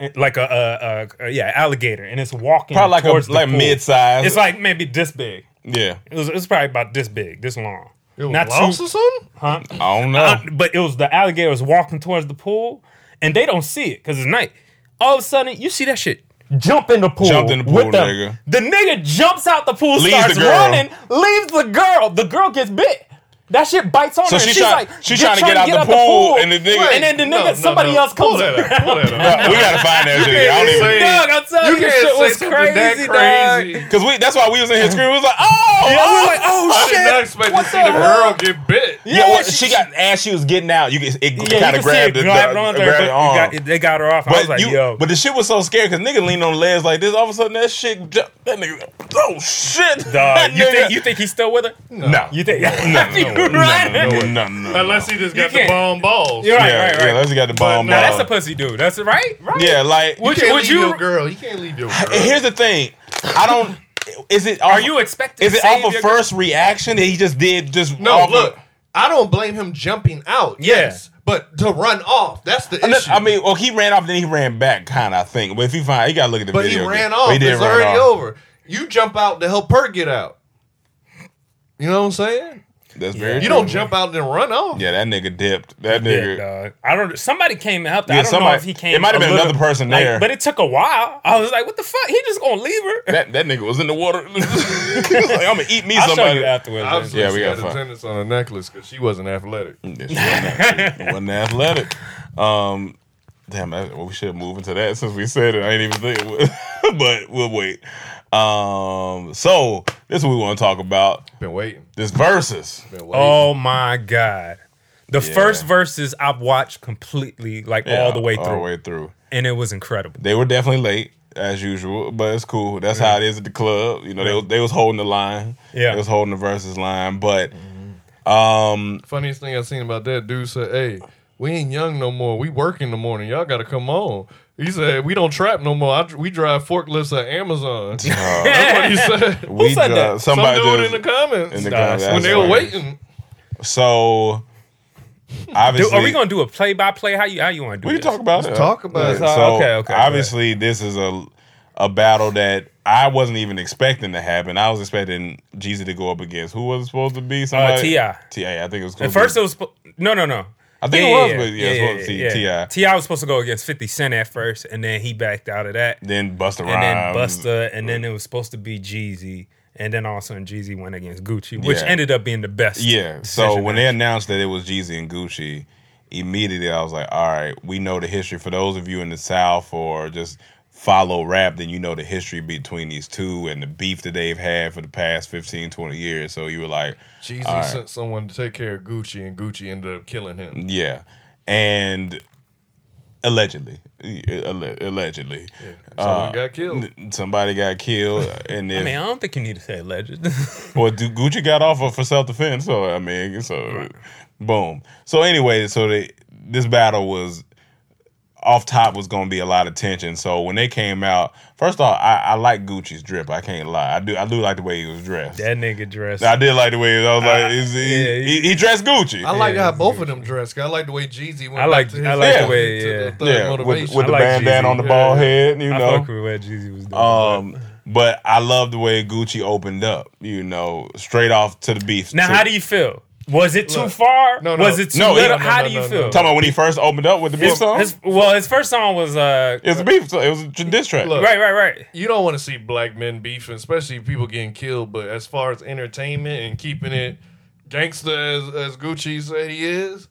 eh, Like a, a, a, a- yeah alligator, and it's walking
Probably like a-
towards the
like
pool.
mid-size.
It's like maybe this big.
yeah,
It was, it was probably about this big, this long.
It was
Not
lost
too-
or something?
huh?
I don't know.
Uh, but it was the alligator was walking towards the pool, and they don't see it because it's night. All of a sudden, you see that shit jump in the pool.
Jumped in the pool,
with the,
nigga.
The nigga jumps out the pool,
Leaves
starts
the girl.
running, leaves the girl. The girl gets bit. That shit bites on
So
her.
she
she's
try-
like,
she
get-
trying to get out the pool, and the nigga-
and then the
No, no,
nigga, somebody
no.
else
Pull
comes.
that
up.
up. Pull that up.
we gotta find that shit. I don't even.
Dog, I'm telling you, this shit was crazy, dog.
Cause we, that's why we was in here screaming. We was like, oh,
Yeah, we
oh.
were like, oh
I
shit.
did not expect
What
to see the
hell?
girl get bit.
yeah. well, she, got as she was getting out. You could, it
Yeah, you
kind
can
of
see it
grabbed the,
grabbed
the-
onto her,
grabbed
but
the
it
arm.
got- they got her off. I was
But
like,
you,
yo.
but the shit was so scary because nigga leaned on legs like this. All of a sudden, that shit, ju- that nigga, oh shit,
Dog,
that
you
nigga-
think you think he's still with her?
no,
You think?
no, no, no,
right?
no, no, no, no, no.
Unless he just
You
got the
can't.
bomb balls.
You're right,
yeah,
right,
yeah,
right.
unless he got the bomb.
now that's
ball.
a pussy dude. That's right, right.
yeah, like
Would
can't
you? Would
leave
you?
your girl. You can't leave your girl.
And here's the thing. I don't. Is it? Off,
Are you expecting?
Is it
to save
off
your
of
girl?
first reaction that he just did? Just
No,
off of-
look, I don't blame him jumping out.
Yeah.
Yes, but to run off—that's the
And then-
issue.
I mean, well, he ran off, then he ran back, kind of. I think, but if you find, you gotta look at the
but he
video.
ran
again.
off.
But he did
it's
run
already
off.
over. You jump out to help her get out. You know what I'm saying?
That's very.
You don't jump out and then run off.
Yeah, that nigga dipped. That
Yeah,
nigga.
dog. I don't. Somebody came and helped. her.
Yeah,
I don't know
somebody-
if he came.
it might have
a
been
little-
another person
like,
there.
but it took a while. I was like, "What the fuck? He just gonna leave her?"
that that nigga was in the water. He was like, I'm gonna eat me
I'll show
somebody.
you afterwards.
Obviously,
Yeah,
yeah,
we
we she
gotta
had
find-
attendance on a necklace because she wasn't athletic.
Yeah, she Mm, wasn't athletic. wasn't athletic. Um, damn, I, well, we should move into that since we said it. I ain't even think, but we'll wait. Um, so this is what we want to talk about.
Been waiting.
This versus.
Been waiting.
Oh my god! The
Yeah.
first verses I've watched completely, like all the way
all
through,
the way through.
and it was incredible.
They were definitely late as usual, but it's cool. That's how it is at the club. You know, they was- they was holding the line.
Yeah. Mm-hmm.
they was holding the versus line. But um,
Funniest thing I seen about that dude said, "Hey, we ain't young no more. We work in the morning. Y'all got to come on." He said, "We don't trap no more. I, dr- we drive forklifts at Amazon." That's what he said.
we
said
got-
that?
somebody
Some dude
just-
in the comments.
in the
Nah,
comments,
when
that's
they were
hilarious.
waiting.
So
Dude,
obviously,
are we gonna do a play by play? How you how you want to do?
we can
this?
talk about it.
talk about it.
So
Uh, okay, okay,
obviously, this is a a battle that I wasn't even expecting to happen. I was expecting Jeezy to go up against who was it supposed to be somebody.
T.I..
Ti. I think it was.
Uh, At first, it was spo- no, no, no.
I think it was, but yeah, it's supposed to be T.I..
Ti was supposed to go against Fifty Cent at first, and then he backed out of that,
then Busta
and then
Rhymes.
Busta, and then it was supposed to be Jeezy, and then also and Jeezy went against Gucci, which
Yeah.
ended up being the best.
Yeah. So
decision
when
there.
they announced that it was Jeezy and Gucci, immediately I was like, all right, we know the history. For those of you in the South or just follow rap, then you know the history between these two and the beef that they've had for the past 15, 20 years. So you were like,
Jeezy
All right.
sent someone to take care of Gucci, and Gucci ended up killing him.
yeah. And Allegedly, Alle- allegedly,
Someone got killed.
Uh, N- Somebody got killed, and
I
then
mean, I don't think you need to say legend.
well, Du- Gucci got off of- for self defense. So I mean, so boom. So anyway, so they, this battle was off top was going to be a lot of tension. So when they came out, first off, I, I like Gucci's drip. I can't lie. I do. I do like the way he was dressed.
that nigga dressed.
I did like the way I was like, is he,
yeah,
he, he dressed Gucci.
I like how both of them dressed. I like the way Jeezy went.
I like-
back to his
I like
the
thug-
way,
to the
yeah.
thug
yeah, with,
motivation.
with the
I like
bandana
Jeezy.
on the bald head, you
I
know.
fuck with what Jeezy was doing.
Um, but I love the way Gucci opened up. You know, straight off to the beef.
now,
To-
how do you feel? Was it too
Look.
far?
No, no.
Was it too
No, it-
little?
no,
how
no,
do you
no,
feel?
no.
talking about when he first opened up with the beef song?
His- well, his first song was uh,
It's a beef. So it was a diss track.
Look.
right, right, right.
you don't want to see black men beefing, especially people getting killed. But as far as entertainment and keeping it gangster as, as Gucci said he is,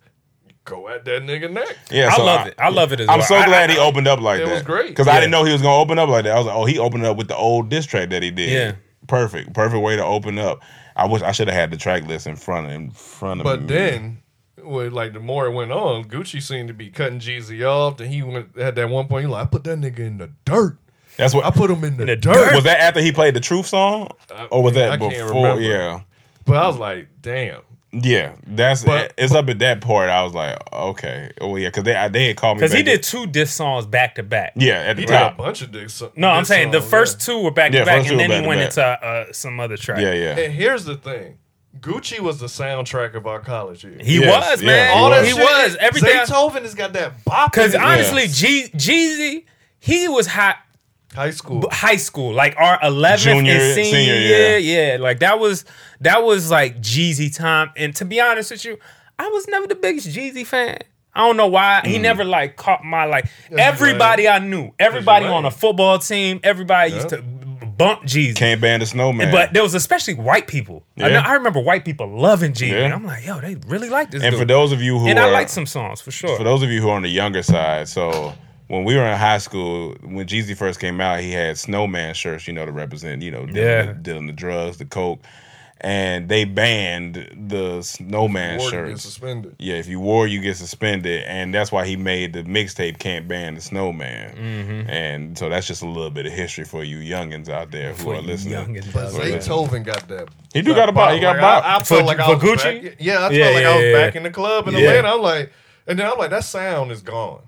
go at that nigga neck.
yeah,
I love it. I love it as
I'm
well.
so
I-
glad
I-
he opened up like
It
that.
was great.
because I
Yeah.
didn't know he was gonna open up like that. I was like, oh, he opened up with the old diss track that he did.
Yeah.
perfect, perfect way to open up. I wish I should have had the track list in front in front of me.
But then, with like the more it went on, Gucci seemed to be cutting Jeezy off. Then he went had that one point. He like, I put that nigga in the dirt.
that's what
I put him in the,
the
dirt.
was that after he played the truth song, or was that
I can't
before?
remember.
Yeah,
But I was like, damn.
yeah. That's
But-
it's up at that part. I was like, okay, oh yeah, because they they had called me
Because he
back-
did two diss songs back to back.
Yeah, at the
He did a
top.
bunch of dicks.
No, I'm saying the first two were back
Yeah,
to back,
first two
and
were
then he went into
back-to-back.
uh, some other track.
Yeah, yeah.
And here's the thing. Gucci was the soundtrack of our college year.
He
Yes,
was
yeah,
man.
he
All that
he
shit,
was everything.
Beethoven has got that bop. in
Because
it.
honestly, G- Jeezy, he was hot
high school.
high school, like our 11th
Junior,
and senior,
senior
year. Yeah. like that was that was like Jeezy time. And to be honest with you, I was never the biggest Jeezy fan. I don't know why.
Mm.
He never like caught my like everybody I knew, everybody
lame.
on a football team, everybody used to b- bump Jeezy.
Can't ban the snowman.
But there was especially white people. I,
Yeah.
know- I remember white people loving Jeezy.
Yeah.
And I'm like, yo, they really like this.
and
dude.
for those of you who
and
are
I like some songs for sure.
for those of you who are on the younger side, so when we were in high school, when Jeezy first came out, he had snowman shirts, you know, to represent, you know, dealing,
Yeah.
the, dealing the drugs, the coke, and they banned the snowman
Gordon gets
shirts.
suspended.
Yeah, if you wore, you get suspended, and that's why he made the mixtape "Can't Ban the Snowman."
Mm-hmm.
And so that's just a little bit of history for you youngins out there who are listening.
Young and
But Beethoven got that.
He do got a bop. He got a bop.
Like, I, I
For-
felt like I was
for Gucci?
Back, yeah, I felt
Yeah,
like
yeah,
I was
yeah,
back
yeah.
in the club in
Yeah.
Atlanta. I'm like, and then I'm like, that sound is gone.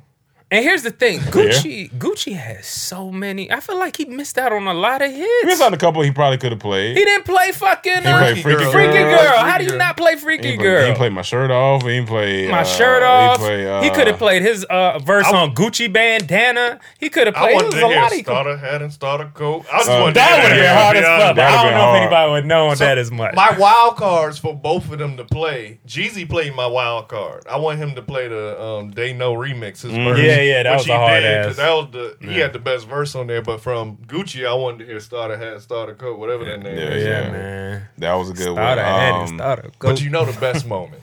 And here's the thing, Gucci Gucci has so many. I feel like he missed out on a lot of hits.
Here's on a couple he probably could have played.
he didn't play fucking uh,
played Freaky Girl.
Freaky Girl. How
Freaky
do you
Girl.
not play
He
Freaky
ain't play-
Girl?
He played my shirt off. He ain't played
my
uh,
shirt off. He,
play, uh,
could have played his uh, verse on Gucci Bandana. He could have
I
played. It
wanted
was
to
a
hear
lot he could-
starter hat and starter coat. I just
Uh,
wanted
That
to
would have
hear
been
Yeah,
hard as
yeah,
fuck. but
that'd
I
been
don't know
hard.
if anybody would know that as much.
My wild cards for both of them to play. Jeezy played my wild card. I want him to play the um, "They Know" remix. His verse,
Mm-hmm. Yeah, yeah, that
which
was
he
a hard
did,
ass.
'cause That was the he had the best verse on there. But from Gucci, I wanted to hear "Starter Hat, Starter Coat," whatever that name.
Yeah,
is.
yeah,
yeah.
man.
That was a good
Starter had it,
one. Um,
starter. Go.
But you know the best moment.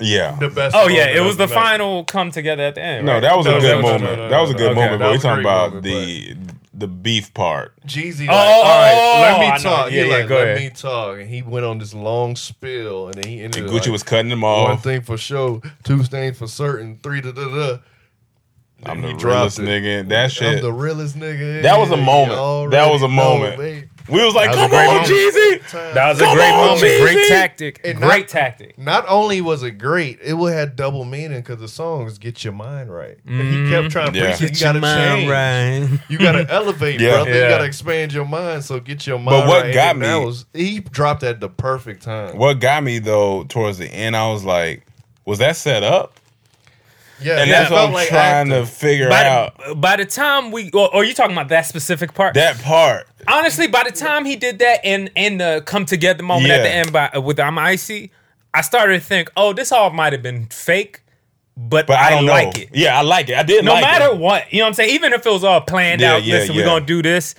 yeah.
The best.
Oh yeah,
moment
it
of
was the
night.
final come together at the end.
No,
right?
that was
No,
a
that
good
was-
moment.
no, no,
that was a
no,
good
okay.
moment.
That
But we
was a
talking
great
about
moment,
the the beef part.
Jeezy, like,
Oh,
all right,
oh,
let
I
me
know.
talk.
Yeah,
He
yeah,
like,
go
let
ahead.
me talk. And he went on this long spill, and then he ended.
And
up
Gucci
like,
was cutting them
one
off.
thing for sure, two things for certain, three da da da.
I'm the
He dropped
realest
it.
nigga. That
I'm
shit.
the realest nigga.
That was a moment.
Already
That was a
know,
moment.
baby.
We was like,
That was a
come on,
great moment.
Jeezy.
That was a
Come
great
on,
moment.
Jeezy.
Great tactic.
And
great
not-
tactic.
Not only was it great, it would have double meaning because the songs get your mind right. And he kept trying to
Yeah.
preach it. You gotta change.
right.
You gotta elevate,
Yeah.
brother.
Yeah.
You gotta expand your mind. So get your mind.
what
right.
got
And that
me-
was he dropped at the perfect time.
What got me though towards the end, I was like, was that set up?
Yeah,
And
it
that's what
felt
I'm
like
trying
acting.
to figure
By
out.
the, by the time we, or, or you talking about that specific part?
That part.
Honestly, by the time he did that and and the come together moment at
Yeah.
the end by with I'm icy, I started to think, oh, this all might have been fake, but,
But I don't know.
like it.
Yeah, I like it. I did
No
like
matter
it.
what, you know what I'm saying. Even if it was all planned
Yeah,
out,
yeah,
listen,
yeah.
we're gonna do this.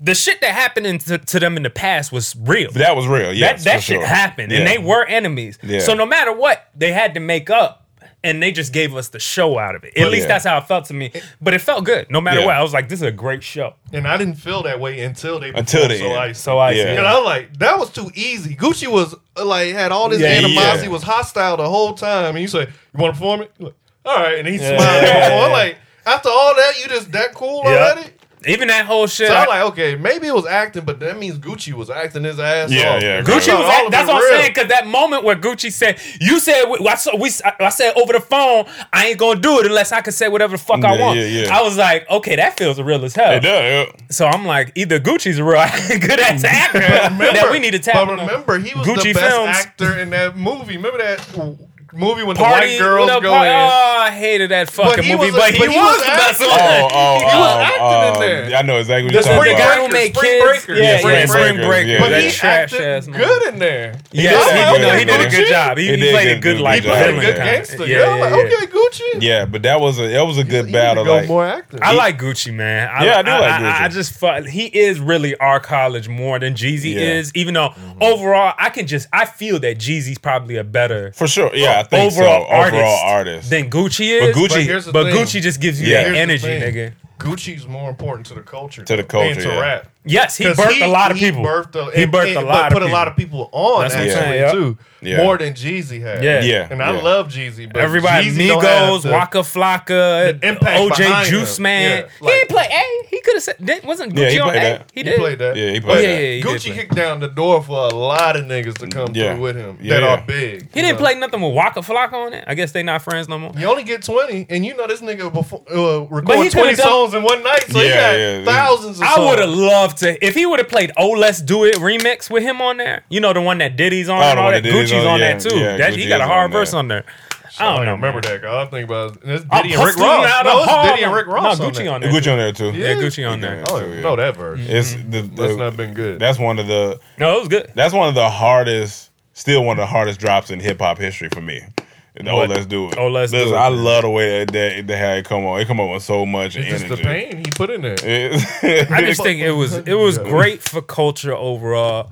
The shit that happened in- to, to them in the past was real.
That was real. Yes,
that that
for
shit
sure.
happened, and
Yeah.
they were enemies.
Yeah.
So no matter what, they had to make up, and they just gave us the show out of it. At least
yeah.
that's how it felt to me. But it felt good, no matter
Yeah.
what. I was like, this is a great show.
And I didn't feel that way until they
Until
performed
the
so
end.
I
So I
Yeah.
And
yeah.
I'm like, that was too easy. Gucci was uh, like had all this
Yeah,
animosity,
yeah.
was hostile the whole time. And you say, You wanna perform it? He's like, all right. And he
Yeah.
smiled. I'm like, After all that, you just that cool
Yeah.
already?
Even that whole shit.
So
I-
I'm like, okay, maybe it was acting, but that means Gucci was acting his ass
Yeah,
off.
yeah,
Gucci
All
was.
of
At,
it
that's what I'm
real.
saying. Because that moment where Gucci said, "You said we, I, saw, we, I said over the phone, I ain't gonna do it unless I can say whatever the fuck I
Yeah,
want."
yeah, yeah.
I was like, "Okay, that feels real as hell."
It does.
So I'm like, either Gucci's a real good ass actor that
Remember-
we need to tap.
But
on.
remember, he was
Gucci
the best
Films.
actor in that movie. Remember that w- movie when
party
the white girls
with a
go
par-
in?
Oh, I hated that
But
fucking
he
movie,
was a-
but he,
but he
was,
was
the best
acting.
one.
Oh, oh,
was
oh,
acting in
oh.
there.
yeah, I know exactly what
The
you're talking
spring
about.
guy who made
Spring
kids.
Breakers. Yeah,
Yeah, yeah,
Spring
Spring
Breakers,
Breaker.
yeah.
but
That
he
trash ass
acted
movie.
good in there.
Yes,
Yeah,
he, did, no,
okay,
he did a good
Gucci.
job. He,
He
he
did
played
good,
a good
good
like
job.
Played a
villain.
good
kinda.
gangster. Yeah, I'm like, okay, Gucci.
Yeah, but that was a that was a
You
good
need
battle.
To go
Like,
more acting.
I like Gucci, man. I,
Yeah, I do like Gucci.
I, I just fu- he is really our college more than Jeezy
Yeah.
is. Even though overall, I can just I feel that Jeezy's probably a better
for sure. Yeah, I think
overall,
so.
artist
overall artist.
than Gucci
but
is.
Gucci
But here's the
but
thing.
Gucci just gives you
Yeah.
that
Here's the
energy,
thing.
nigga.
Gucci's more important to the culture.
To the
though,
culture,
and to
yeah.
rap.
Yes, he
'Cause
birthed a lot of
he
people.
Birthed a,
he
and-
birthed
and-
a lot
but
of
put
people.
a lot of people on
That's what I'm
actually
saying,
yeah.
too,
Yeah.
more than Jeezy had.
Yeah.
Yeah,
and I
yeah.
love Jeezy, but
Everybody,
Jeezy don't have
Migos,
the-
Waka Flocka,
the impact
OJ
behind
Juice
him.
Man.
Yeah, like-
he didn't play A. He could have said, that wasn't Gucci
Yeah, he
on
played
A.
that.
He
He
did.
played that.
Yeah, he
Oh,
played.
yeah, yeah,
that.
yeah, he did
Gucci
play.
kicked down the door for a lot of niggas to come
Yeah.
through with him
Yeah,
that
yeah.
are big.
He
you
didn't
know.
play nothing with Waka Flocka on it. I guess they not friends no more.
You only get twenty, and you know this nigga before uh,
But he
recorded
could've
twenty
done-
songs in one night, so
Yeah,
he
yeah.
got thousands. of
I
songs.
would have loved to if he would have played "Oh Let's Do It" remix with him on there. You know the one that Diddy's on
Oh, the
and all
one
that.
that Diddy's
Gucci's
on,
on,
yeah,
that too.
yeah,
that, he
Gucci
got a
is
hard
on there.
verse on there. I don't know.
remember
man.
that. 'cause All I think about is it's
I'm
Diddy and Rick
hustling
Ross.
out
No,
of
it's Diddy and
Harlem.
Rick Ross.
No,
on
Gucci
that.
on there.
Gucci on there too.
Yeah, Mm-hmm. Gucci on there.
Yeah.
Oh, no, that verse.
It's the, the,
That's not been good.
That's one of the
No, it was good.
that's one of the hardest, still one of the hardest drops in hip hop history for me. And, oh,
What?
let's do it.
Oh, let's do
Listen,
it.
I love the way that that, that had it come on. It come on with so much
it's
energy.
just the pain he put in there.
It-
I just think it was it was
Yeah.
great for culture overall,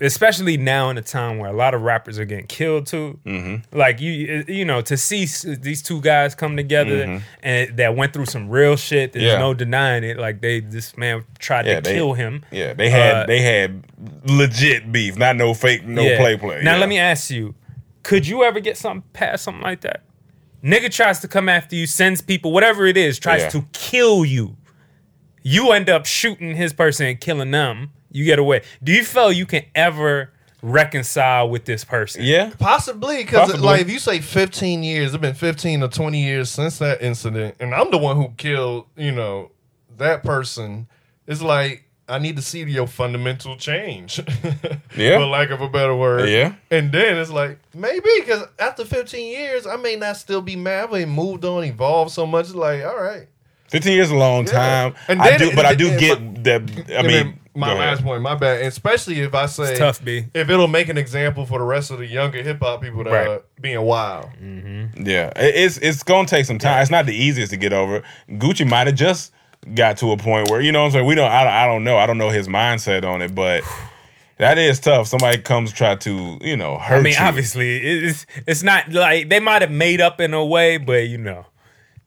especially now in a time where a lot of rappers are getting killed too. Mm-hmm. Like you you know to see s- these two guys come together and that went through some real shit. There's
Mm-hmm. Yeah.
no denying it. Like they this man tried
Yeah,
to
they-
kill him.
yeah, they had
Uh,
they had legit beef, not no fake, no
Yeah.
play play.
Now
Yeah.
let me ask you: Could you ever get something past something like that? Nigga tries to come after you, sends people, whatever it is, tries
Yeah.
to kill you. You end up shooting his person and killing them. You get away. Do you feel you can ever reconcile with this person?
Yeah,
Possibly because
Possibly.
like if you say fifteen years, it's been fifteen or twenty years since that incident, and I'm the one who killed you know that person. It's like I need to see your fundamental change,
Yeah.
for lack of a better word.
Yeah.
and then it's like maybe because after fifteen years, I may not still be mad. I've been moved on, evolved so much. Like all right,
fifteen years is a long time.
And
I
then
do,
it-
but I
it-
do
it-
get that. I
And
mean,
then my
go ahead.
last point, my bad. Especially if I say
tough, B.
if it'll make an example for the rest of the younger hip hop people that
Right.
are being wild.
Yeah, It- it's it's gonna take some time. It's not the easiest to get over. Gucci might have just got to a point where you know what I'm saying. We don't. I, don't- I don't know. I don't know his mindset on it, but that is tough. Somebody comes try to you know hurt
I mean,
you.
obviously, it- it's it's not like they might have made up in a way, but you know,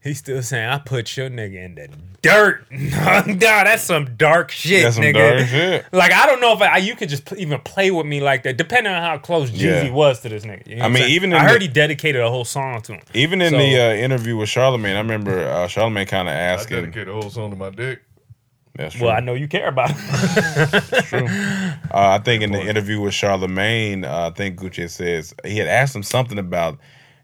he's still saying, "I put your nigga in the dirt." nah, that's some dark shit,
That's some
nigga.
dark shit.
Like I don't know if I, you could just pl- even play with me like that, depending on how close Jeezy
Yeah.
was to this nigga. You know
I
what I'm
mean,
saying?
even in
I heard
the-
he dedicated a whole song to him.
Even in
So-
the uh, interview with Charlemagne, I remember uh, Charlemagne kind of
I
asking.
dedicate a whole song to my dick.
That's true.
Well, I know you care about him.
Uh, I think in the interview with Charlemagne, uh, I think Gucci had says he had asked him something about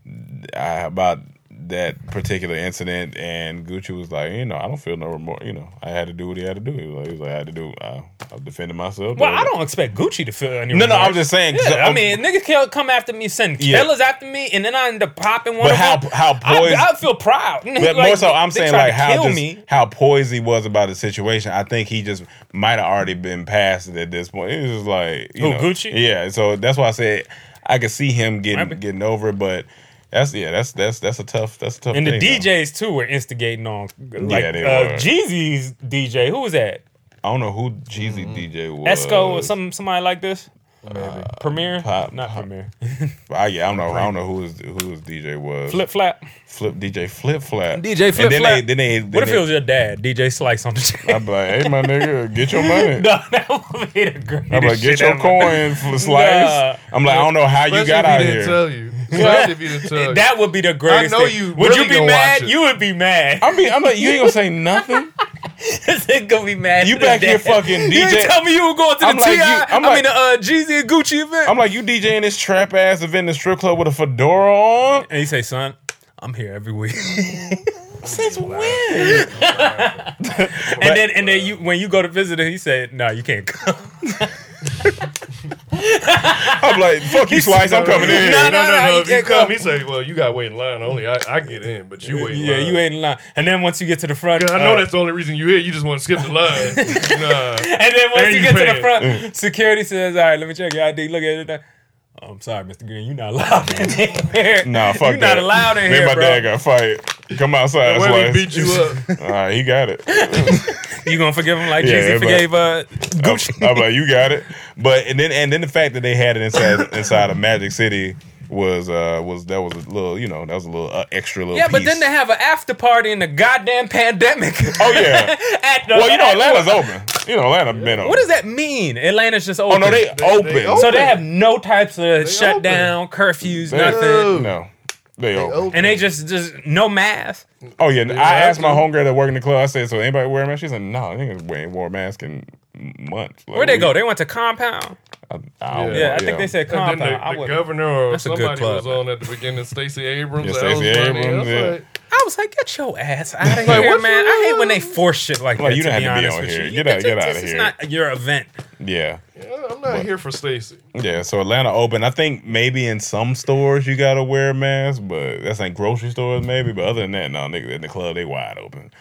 uh, about that particular incident, and Gucci was like, you know, I don't feel no remorse. You know, I had to do what he had to do. He was like, he was like I had to do. Uh, I'm defending myself.
well, I don't expect Gucci to feel any.
No, no,
remorse.
I'm just saying, 'cause
Yeah, I
I'm-
mean, niggas kill, come after me, send
oh, Yeah.
killers after me, and then I end up popping one.
But
of
how-
them.
how poised-
I, I feel proud.
But
Like,
more so, I'm
they
saying
tried
like
to
how
kill
just,
me.
how poised he was about the situation. I think he just might have already been past it at this point. It was just like you
Who,
know,
Gucci?
yeah. So that's why I said I could see him getting
Might be.
getting over, it, but. That's yeah. That's that's that's a tough. That's a tough.
And the
thing, though.
DJs too were instigating on like
Yeah, they
uh,
were.
Jeezy's DJ. Who was that?
I don't know who Jeezy DJ was.
Mm-hmm. Esco or some somebody like this? Uh, Premier?
Pop-
Not
Pop-
Premier.
I, yeah, I don't know. I don't know who his who his DJ was.
Flip flap.
Flip DJ Flip Flap.
DJ
And
Flip
then
Flap.
they then they. Then
What if
they-
it was your dad? DJ Slice on the
I'm
chain.
like, hey, my nigga, get your money.
no, that would be the greatest.
I'm like, get
shit
your
ever.
coin, Fl- slice.
Nah.
I'm like, I don't know how you
Especially
got
if
out
he didn't
here.
tell you. I'd give you the tug.
that would be the greatest.
know
thing.
you
would
really
you be
gonna
mad?
watch it.
You would be mad.
I mean, I'm like, you ain't gonna say nothing.
It's gonna be mad.
You
to the
back here
death.
fucking
You
DJ.
didn't tell me you were going to the
I'm like
TI.
you- I'm
I
like-
mean the uh, Jeezy and Gucci event.
I'm like, you DJing this trap ass event in the strip club with a fedora on?
and you say, son, I'm here every week.
Since when?
and then and then you when you go to visit him, he said, No, you can't come.
I'm like, fuck you, Slice. I'm coming in.
No, no, no, you
If you
can't
come,
go.
he say, "Well, you got to wait in line. Only I, I get in, but you wait." in
yeah,
line.
you ain't in line. And then once you get to the front,
Yeah, I know
uh,
that's the only reason you here. You just want to skip the line. nah.
And then once
There
you
you
get to
pay.
the front, security says, "All right, let me check your ID. Look at it." Oh, I'm sorry, Mr. Green, you're not allowed in here.
Nah, fuck
You're
that.
not allowed in
Me and
here,
my
bro.
dad got fired. Come outside,
Where they
Slice.
beat you up?
All right, he got it.
You gonna forgive him like
Yeah,
Jeezy
everybody-
forgave uh,
I'm,
Gucci?
I'm like, you got it. But and then and then the fact that they had it inside inside of Magic City was uh was that was a little you know that was a little uh, extra little.
yeah, but
piece.
then they have an after party in the goddamn pandemic.
Oh yeah.
at the,
well, you know
at-
Atlanta's open. You know Atlanta been open.
What does that mean? Atlanta's just open.
Oh no, they, open.
they
so
open.
they have no types of
open.
shutdown, curfews,
They-
nothing,
No, they, open.
open.
and they just just no mask.
Oh yeah, I asked my
open.
homegirl that work in the club. I said, "So anybody wear a mask?" She said, "No, I think we ain't wore a mask in months." Like,
Where'd they
we-
go? They went to compound.
I don't
Yeah.
know,
Yeah, I think they said
And
compound.
then
I
the, the
would-
governor or
That's a good
somebody
club,
was on at the beginning, Stacey Abrams.
Yeah,
That was
Stacey
funny.
Abrams,
I was
yeah.
like,
I was like, get your ass out
Like,
of here,
what
man.
you-
I hate when they force shit like,
Like,
that.
you
to
don't
be
have to be
honest
on
with
here.
you.
Get out-
This-
get out of
this is
here.
not your event.
Yeah,
"Yeah, I'm not here for Stacey.
yeah. So Atlanta open. I think maybe in some stores you gotta wear a mask, but that's like grocery stores maybe. But other than that, no, nigga, in the club they wide open.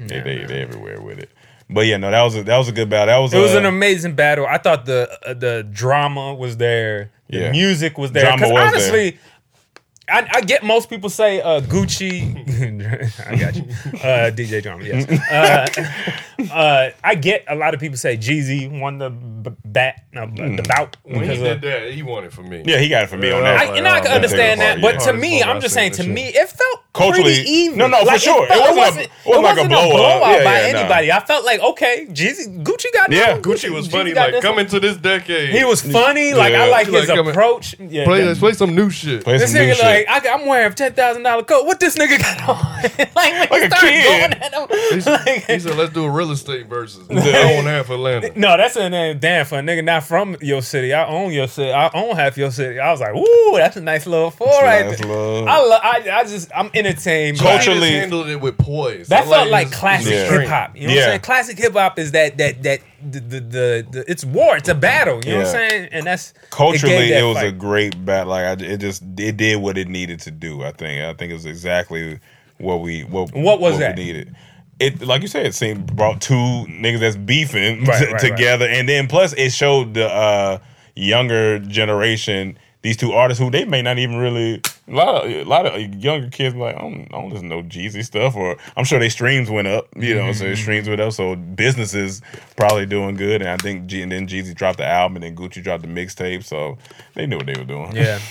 They they they everywhere with it. But yeah, no, that was a, that was a good battle. That was
It was
uh,
an amazing battle. I thought the uh, the drama was there. The
Yeah.
music was there.
Drama
Because
was there.
honestly, I, I get most people say uh, Gucci. I got you, uh, DJ Drama. Yes, uh, uh, I get a lot of people say Jeezy won the b- bat no,
Hmm.
b- the bout
When he
because uh, of-
did that, he won it for me.
yeah, he got it for me
Yeah,
on
I-
that.
I, and I can
Oh, That particular
understand that,
part,
but
yeah.
to me,
Hard as
I'm just
fuck,
saying.
I
To
said
me, it felt
Culturally-
pretty even.
no, no, for sure. It
felt-
wasn't a- it wasn't like a blowout. Yeah,
by
yeah, nah.
anybody. I felt like okay, Jeezy, Gucci got
Yeah.
this.
Gucci was funny.
got
Like
this.
coming to this decade,
He was funny. Like I
Yeah.
like
Like,
his
coming-
approach. Yeah,
play
that-
let's play some new shit.
Play
this
some new
nigga
shit.
like I, I'm wearing a ten thousand dollar coat. What this nigga got on?
Like
like when he
a
started
kid.
going at him,
He's-
like,
He said, "Let's do a real estate versus." I own half Atlanta.
no, that's a name. Damn, for a nigga not from your city, I own your city. I own half your city. I was like, ooh, that's a nice little four right
nice
there.
little-
I, lo- I, I just, I'm entertained. by
Culture
it.
He just
Culturally-
handled it with poise.
That
I
felt like
his-
classic
Yeah.
hip hop. You know what
Yeah.
I'm saying? Classic hip hop is that that that the the, the, the it's war, it's a battle. You know what
Yeah.
I'm saying? And that's it
culturally
gave
it,
that
was a
fight.
great battle like I, it just it did what it needed to do i think i think it was exactly what we what
What was that?
we needed it like you said it seemed brought two niggas that's beefing
Right,
t-
right, right.
together and then plus it showed the uh younger generation these two artists who they may not even really a lot of a lot of younger kids like I don't, I don't listen to no Jeezy stuff or I'm sure they streams went up you know
Mm-hmm.
so their streams went up so businesses probably doing good and I think G, and then Jeezy dropped the album and then Gucci dropped the mixtape so they knew what they were doing
Yeah.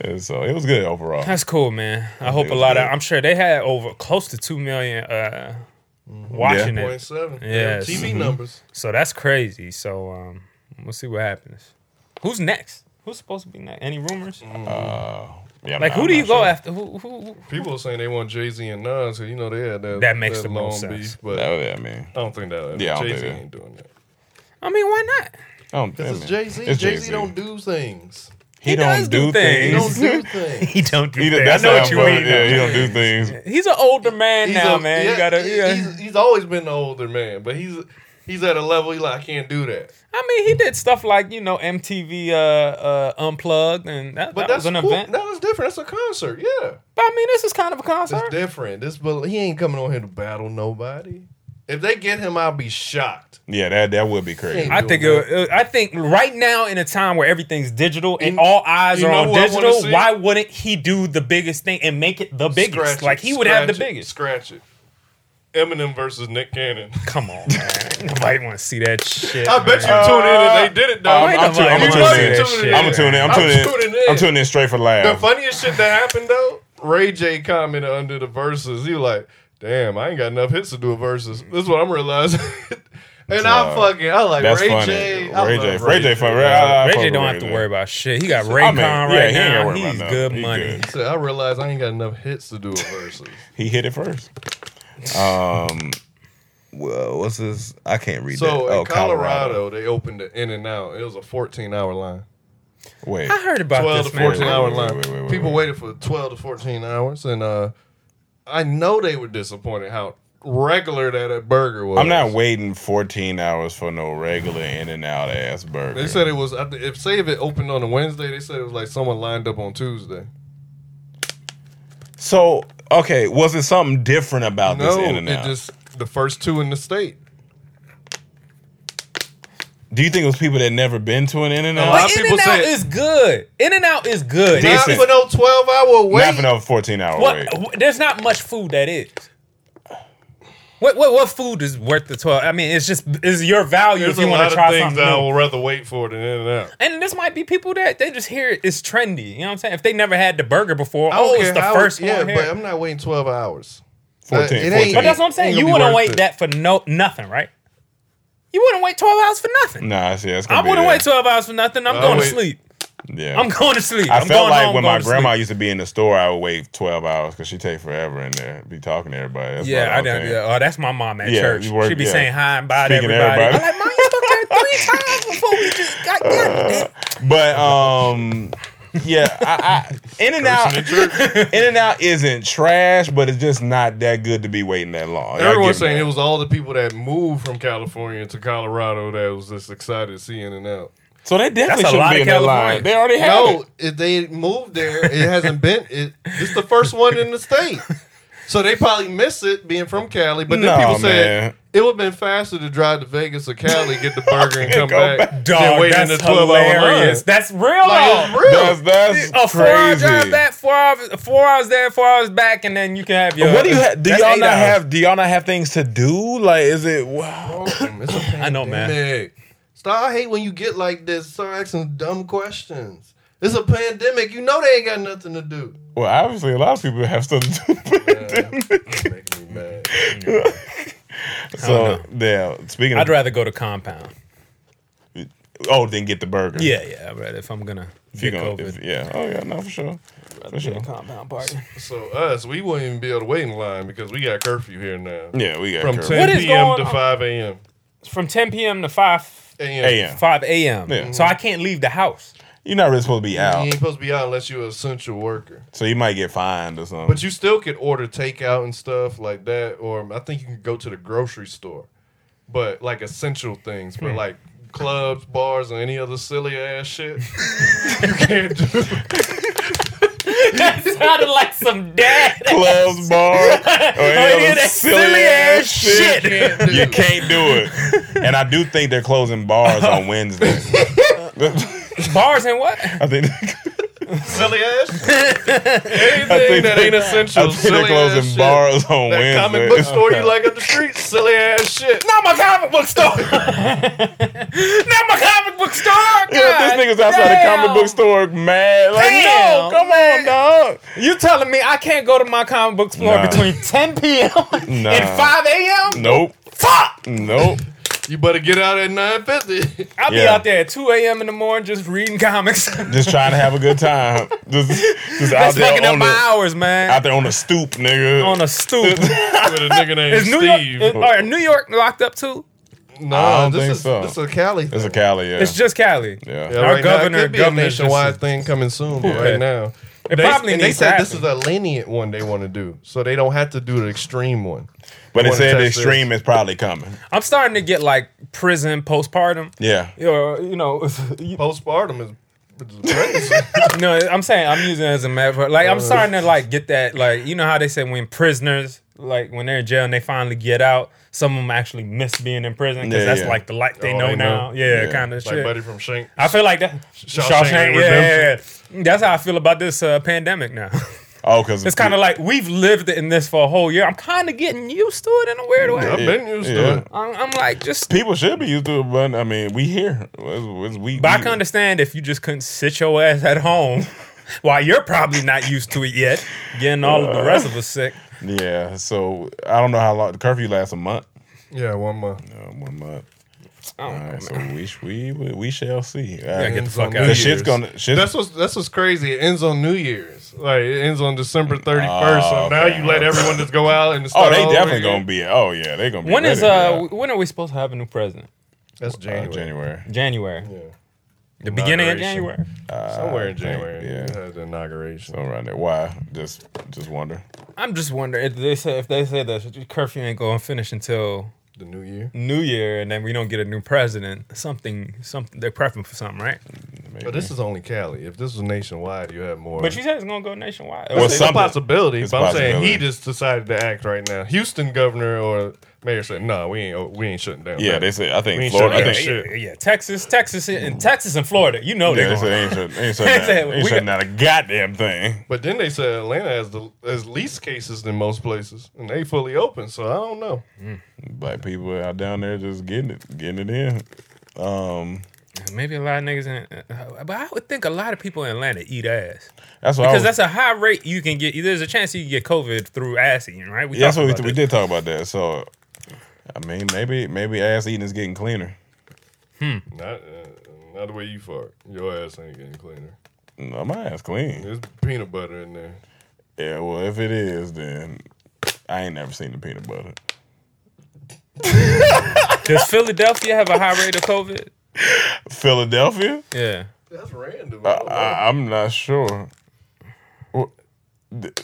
and so it was good overall
That's cool, man. I hope a
was
lot of
good.
I'm sure they had over close to two million uh
Mm-hmm.
watching
Point
it.
seven.
Yes.
TV
Mm-hmm.
numbers.
So that's crazy. So um we'll see what happens. Who's next? Who's supposed to be next? Any rumors?
Mm,
Uh, Yeah, I'm
Like
not-
who
I'm
do
not
you go
sure.
after? Who who, who?
People are saying they want Jay Z and Nas, because you know they had that.
That makes the most
long
sense.
beef, but
Oh, yeah, I mean
I don't think that.
Yeah, I don't
Jay
think
Z
that.
ain't doing that.
I mean, why not?
I don't yeah,
Because it's
man.
Jay Z.
It's
Jay Z don't do things.
he,
does
don't
do
do
He
things.
things,
don't do things.
He don't
He,
that.
that's
I know
how
what you
I'm-
mean.
yeah he don't do things
He's an older man
He's
now,
a-
man.
yeah,
you gotta.
he-
yeah.
He's, he's always been an older man, but he's he's at a level he like I can't do that.
I mean, he did stuff like you know MTV uh, uh, Unplugged, and that,
But
that
that's
was an
cool.
event.
That was different. That's a concert. Yeah,
But I mean, this is kind of a concert.
it's different. This but he ain't coming on here to battle nobody. If they get him, I'll be shocked.
yeah that that would be crazy
Hey,
I think
doing
it, it- I think right now in a time where everything's digital and
You-
all eyes
you
are
know
on
who I wanna
digital,
see?
why wouldn't he do the biggest thing and make it the biggest?
Scratch it,
like he would have the
scratch it,
biggest.
Scratch it. Eminem versus Nick Cannon.
Come on, man. Nobody want to see that shit.
I bet you
man.
tune in
Uh,
and they did it
Oh,
though.
I'm, I'm, tu- I'm
You
gonna
know
tune
you
in.
tuning in.
I'm gonna tune in. I'm,
I'm
tuning,
tuning
in.
in.
I'm tuning in straight for
The
laughs.
funniest shit that happened though, Ray J commented under the verses. He was like, "Damn, I ain't got enough hits to do a verses." This is what I'm realizing. And I'm fucking, I like
That's
Ray
funny.
J. I
Ray
love
J. Ray J. Fun.
Ray J don't have to worry about shit. He got Raycon
mean, yeah, he
right
ain't gotta
now.
worry about
He's
nothing.
good
He
money.
good.
So I realized I ain't got enough hits to do a versus.
He hit it first. Um. Well, what's this? I can't read that.
so in
Oh, Colorado.
Colorado, they opened the in and out. It was a 14 hour line.
Wait.
I heard about
12
this
to
man.
14 hour
Wait, wait,
line.
wait, wait, wait,
People
wait.
waited for 12 to 14 hours, and uh, I know they were disappointed how regular that a burger was.
I'm not waiting 14 hours for no regular in and out ass burger.
They said it was. I th- If say if it opened on a Wednesday, they said it was like someone lined up on Tuesday.
so. Okay, was it something different about this
No,
in and
it
out?
just the first two in the state.
Do you think it was people that never been to an in and
No,
out?
lot of
But In
people
and Out
say-
is good. In and Out is good.
They
Not
said-
for no 12 hour
Not for
wait.
no 14 hour
What,
wait.
w- there's not much food that is. What what what food is worth the twelve? I mean, it's just is your value
There's
if
a
you want
lot
to
of
try
things
something.
that I
new.
would rather wait for than in and out.
And this might be people that they just hear it, it's trendy. You know what I'm saying? If they never had the burger before,
I don't
oh, it's
care
the
how-
first
Yeah,
one here.
but I'm not waiting 12 hours.
14,
It ain't-
14.
But that's what I'm saying.
It'll
You
be
wouldn't
worth
wait
it.
that for no nothing, right? You wouldn't wait 12 hours for nothing.
Nah, see, that's gonna
I
be
wouldn't
it.
wait 12 hours for nothing. I'm
I
going to
wait-
sleep.
Yeah.
I'm going to sleep.
I
I'm
felt
going
like
home,
when
going
my
to
grandma
sleep.
used to be in the store, I would wait 12 hours because she'd take forever in there, be talking to everybody. That's
Yeah, I
probably what
done do
I'm saying.
that. Oh, that's my mom at
Yeah,
church.
you work-
She'd be
yeah.
saying hi and bye to
Speaking to
everybody.
everybody.
I'm like, mom, you spoke there three times before we just got done.
But, um, yeah, I, I, In and Out, In and Out isn't trash, but it's just not that good to be waiting that long. I
Everyone's
give
saying
that.
it was all the people that moved from California to Colorado that was just excited to see In and Out.
So they definitely
That's a
shouldn't
lot
be
of
in that line.
California.
They already have
No,
it.
Oh, if they moved there, it hasn't been. It, it's the first one in the state, so they probably miss it being from Cali. But then
No,
people said
man.
it would have been faster to drive to Vegas or Cali, get the burger, and come
Go
back.
back.
than
Dog,
wait in
that's
the 12-hour line.
hilarious. That's real.
Like,
though.
it's real.
That's, that's
a four hour
crazy.
drive back, four hours, four hours there, four hours back, and then you can have your.
What do you ha- do?
That's
Y'all
eight
not
hours.
have? Do y'all not have things to do? Like, is it? Wow.
It's a
I know, man.
pandemic. Stop! I hate when you get like this. Start asking dumb questions. It's a pandemic. You know they ain't got nothing to do.
Well, obviously, a lot of people have stuff to do.
Making me mad.
so, yeah. Speaking,
I'd
of,
rather go to compound.
oh, then get the burger.
Yeah, yeah, I'd rather if I'm gonna
if
get
you're gonna,
COVID.
if- yeah. Oh, yeah. No, for sure. For sure.
compound party.
So us, we wouldn't even be able to wait in line because we got curfew here now.
Yeah, we got
From
curfew.
10
What is
p.m.
going
to
on?
5 a.m.
From 10 p.m. to 5
a.m.
a.m.
5 a.m.
Yeah.
So I can't leave the house.
You're not really supposed to be
You
out,
ain't supposed to be out unless you're an essential worker.
so you might get fined or something.
But you still could order takeout and stuff like that, or I think you can go to the grocery store. But like essential things, but like clubs, bars, or any other silly ass shit, you can't do.
that sounded like some dad.
clubs, bar, or any
yeah,
other
that
Oh, silly,
silly
ass
ass
shit.
Can't do.
You can't do it. And I do think they're closing bars on Wednesday.
Bars and what?
I think.
silly ass. shit.
I
Anything
think
that
they-
ain't
I
essential,
think they're
silly ass
closing
shit.
bars eh? on
that
Wednesday.
comic book store you like up the street, silly ass shit.
Not my comic book store. Not my comic book store.
Yeah, this nigga's outside the comic book store mad. Like, no,
Damn,
come on, dog.
You telling me I can't go to my comic book store
Nah.
between 10 p.m.
Nah.
and 5 a.m.?
Nope.
Fuck!
Nope.
You better get out at nine fifty.
I'll be
Yeah.
out there at 2 a.m. in the morning just reading comics.
Just trying to have a good time. Just, just out,
That's
there
making up
on the,
my hours, man.
out there on the stoop, nigga.
on a stoop.
with a nigga named
Is New York,
Steve.
is- are New York locked up too?
no,
I don't
this
think
is
so.
this is a Cali.
it's a
thing.
Cali, yeah.
It's just Cali.
yeah.
Yeah,
Our
right now, it
governor-
could be a
governor's just-
nationwide thing coming soon. But right now,
It
they,
probably
and they
needs
said
to
this is a lenient one they want to do, so they don't have to do the extreme one.
But
I
it
wanna
said the
test this.
extreme is probably coming.
I'm starting to get like prison postpartum.
Yeah.
Or, you know, you,
Postpartum is. is crazy.
no, I'm saying I'm using it as a metaphor. Like I'm starting to like get that like you know how they say when prisoners like when they're in jail and they finally get out, some of them actually miss being in prison because
Yeah,
that's
yeah.
like the life they
All
know
they
now.
know.
Yeah,
Yeah.
kind of
like
shit.
Buddy from Shank.
I feel like that.
Shawshank
Shawshank, yeah, yeah,
Redemption.
yeah. That's how I feel about this uh, pandemic now.
Oh, because
it's kind of like we've lived in this for a whole year. I'm kind of getting used to it in a weird way.
I've been used
Yeah.
to it.
I'm, I'm like just.
people should be used to it, but I mean, we here. It's, it's, we,
But I
we-
can understand if you just couldn't sit your ass at home. While you're probably not used to it yet, getting all of the rest of us sick.
Yeah. So I don't know how long the curfew lasts a month.
Yeah, one month.
Uh, one month.
I don't
All right,
know,
so
man.
we sh- we we, we shall see. All
Yeah,
right.
get the fuck
New
out.
The
of
Year's.
here.
shit's gonna shit's
That's what's that's what's crazy. It ends on New Year's. Like it ends on December thirty first. so
Oh,
now
okay.
you let everyone just go out and
Oh,
start
they
all
definitely
over
gonna
again.
be. Oh yeah, they gonna be.
When is
ready,
uh?
yeah.
When are we supposed to have a new president?
That's
Uh,
January.
January?
January.
Yeah.
The beginning of
Inauguration.
January.
Uh, I
Somewhere in
think,
January.
yeah.
You had the inauguration.
So around there. Why? Just just wonder.
I'm just wondering if they say if they say the curfew ain't gonna finish until
The new year.
New Year, and then we don't get a new president. Something, something. They're prepping for something, right?
But this is only Cali. If this was nationwide, you have more.
But you said it's gonna go nationwide.
Well,
it's
something.
a possibility.
It's
but
a
I'm saying he
possibility.
just decided to act right now. Houston governor or mayor said, "No, we ain't. We ain't shutting down."
Yeah,
nothing."
they say. I
We
think
ain't
Florida. I
shutting
yeah,
think.
down
yeah,
shit.
yeah, Texas, Texas, and Texas and Florida. You know
Yeah,
they're
they said
going.
they ain't shut- they ain't shutting
They said,
down- they ain't
we
shutting
got-
down a goddamn thing.
But then they said Atlanta has the has least cases than most places, and they fully open. So I don't know.
Black people out down there just getting it, getting it in. Um,
Maybe a lot of niggas in, uh, but I would think a lot of people in Atlanta eat ass
that's what I
because
was-
that's a high rate you can get. There's a chance you can get COVID through ass eating, right? We
Yeah, that's what
talked
we,
about
we
this.
did talk about that. So, I mean, maybe maybe ass eating is getting cleaner.
Not uh, not the way you fart. Your ass ain't getting cleaner.
No, Mm, my ass clean.
There's peanut butter in there.
Yeah, well, if it is, then I ain't never seen the peanut butter.
Does Philadelphia have a high rate of COVID?
Philadelphia?
Yeah.
That's random.
I, I, I'm not sure. Well, th-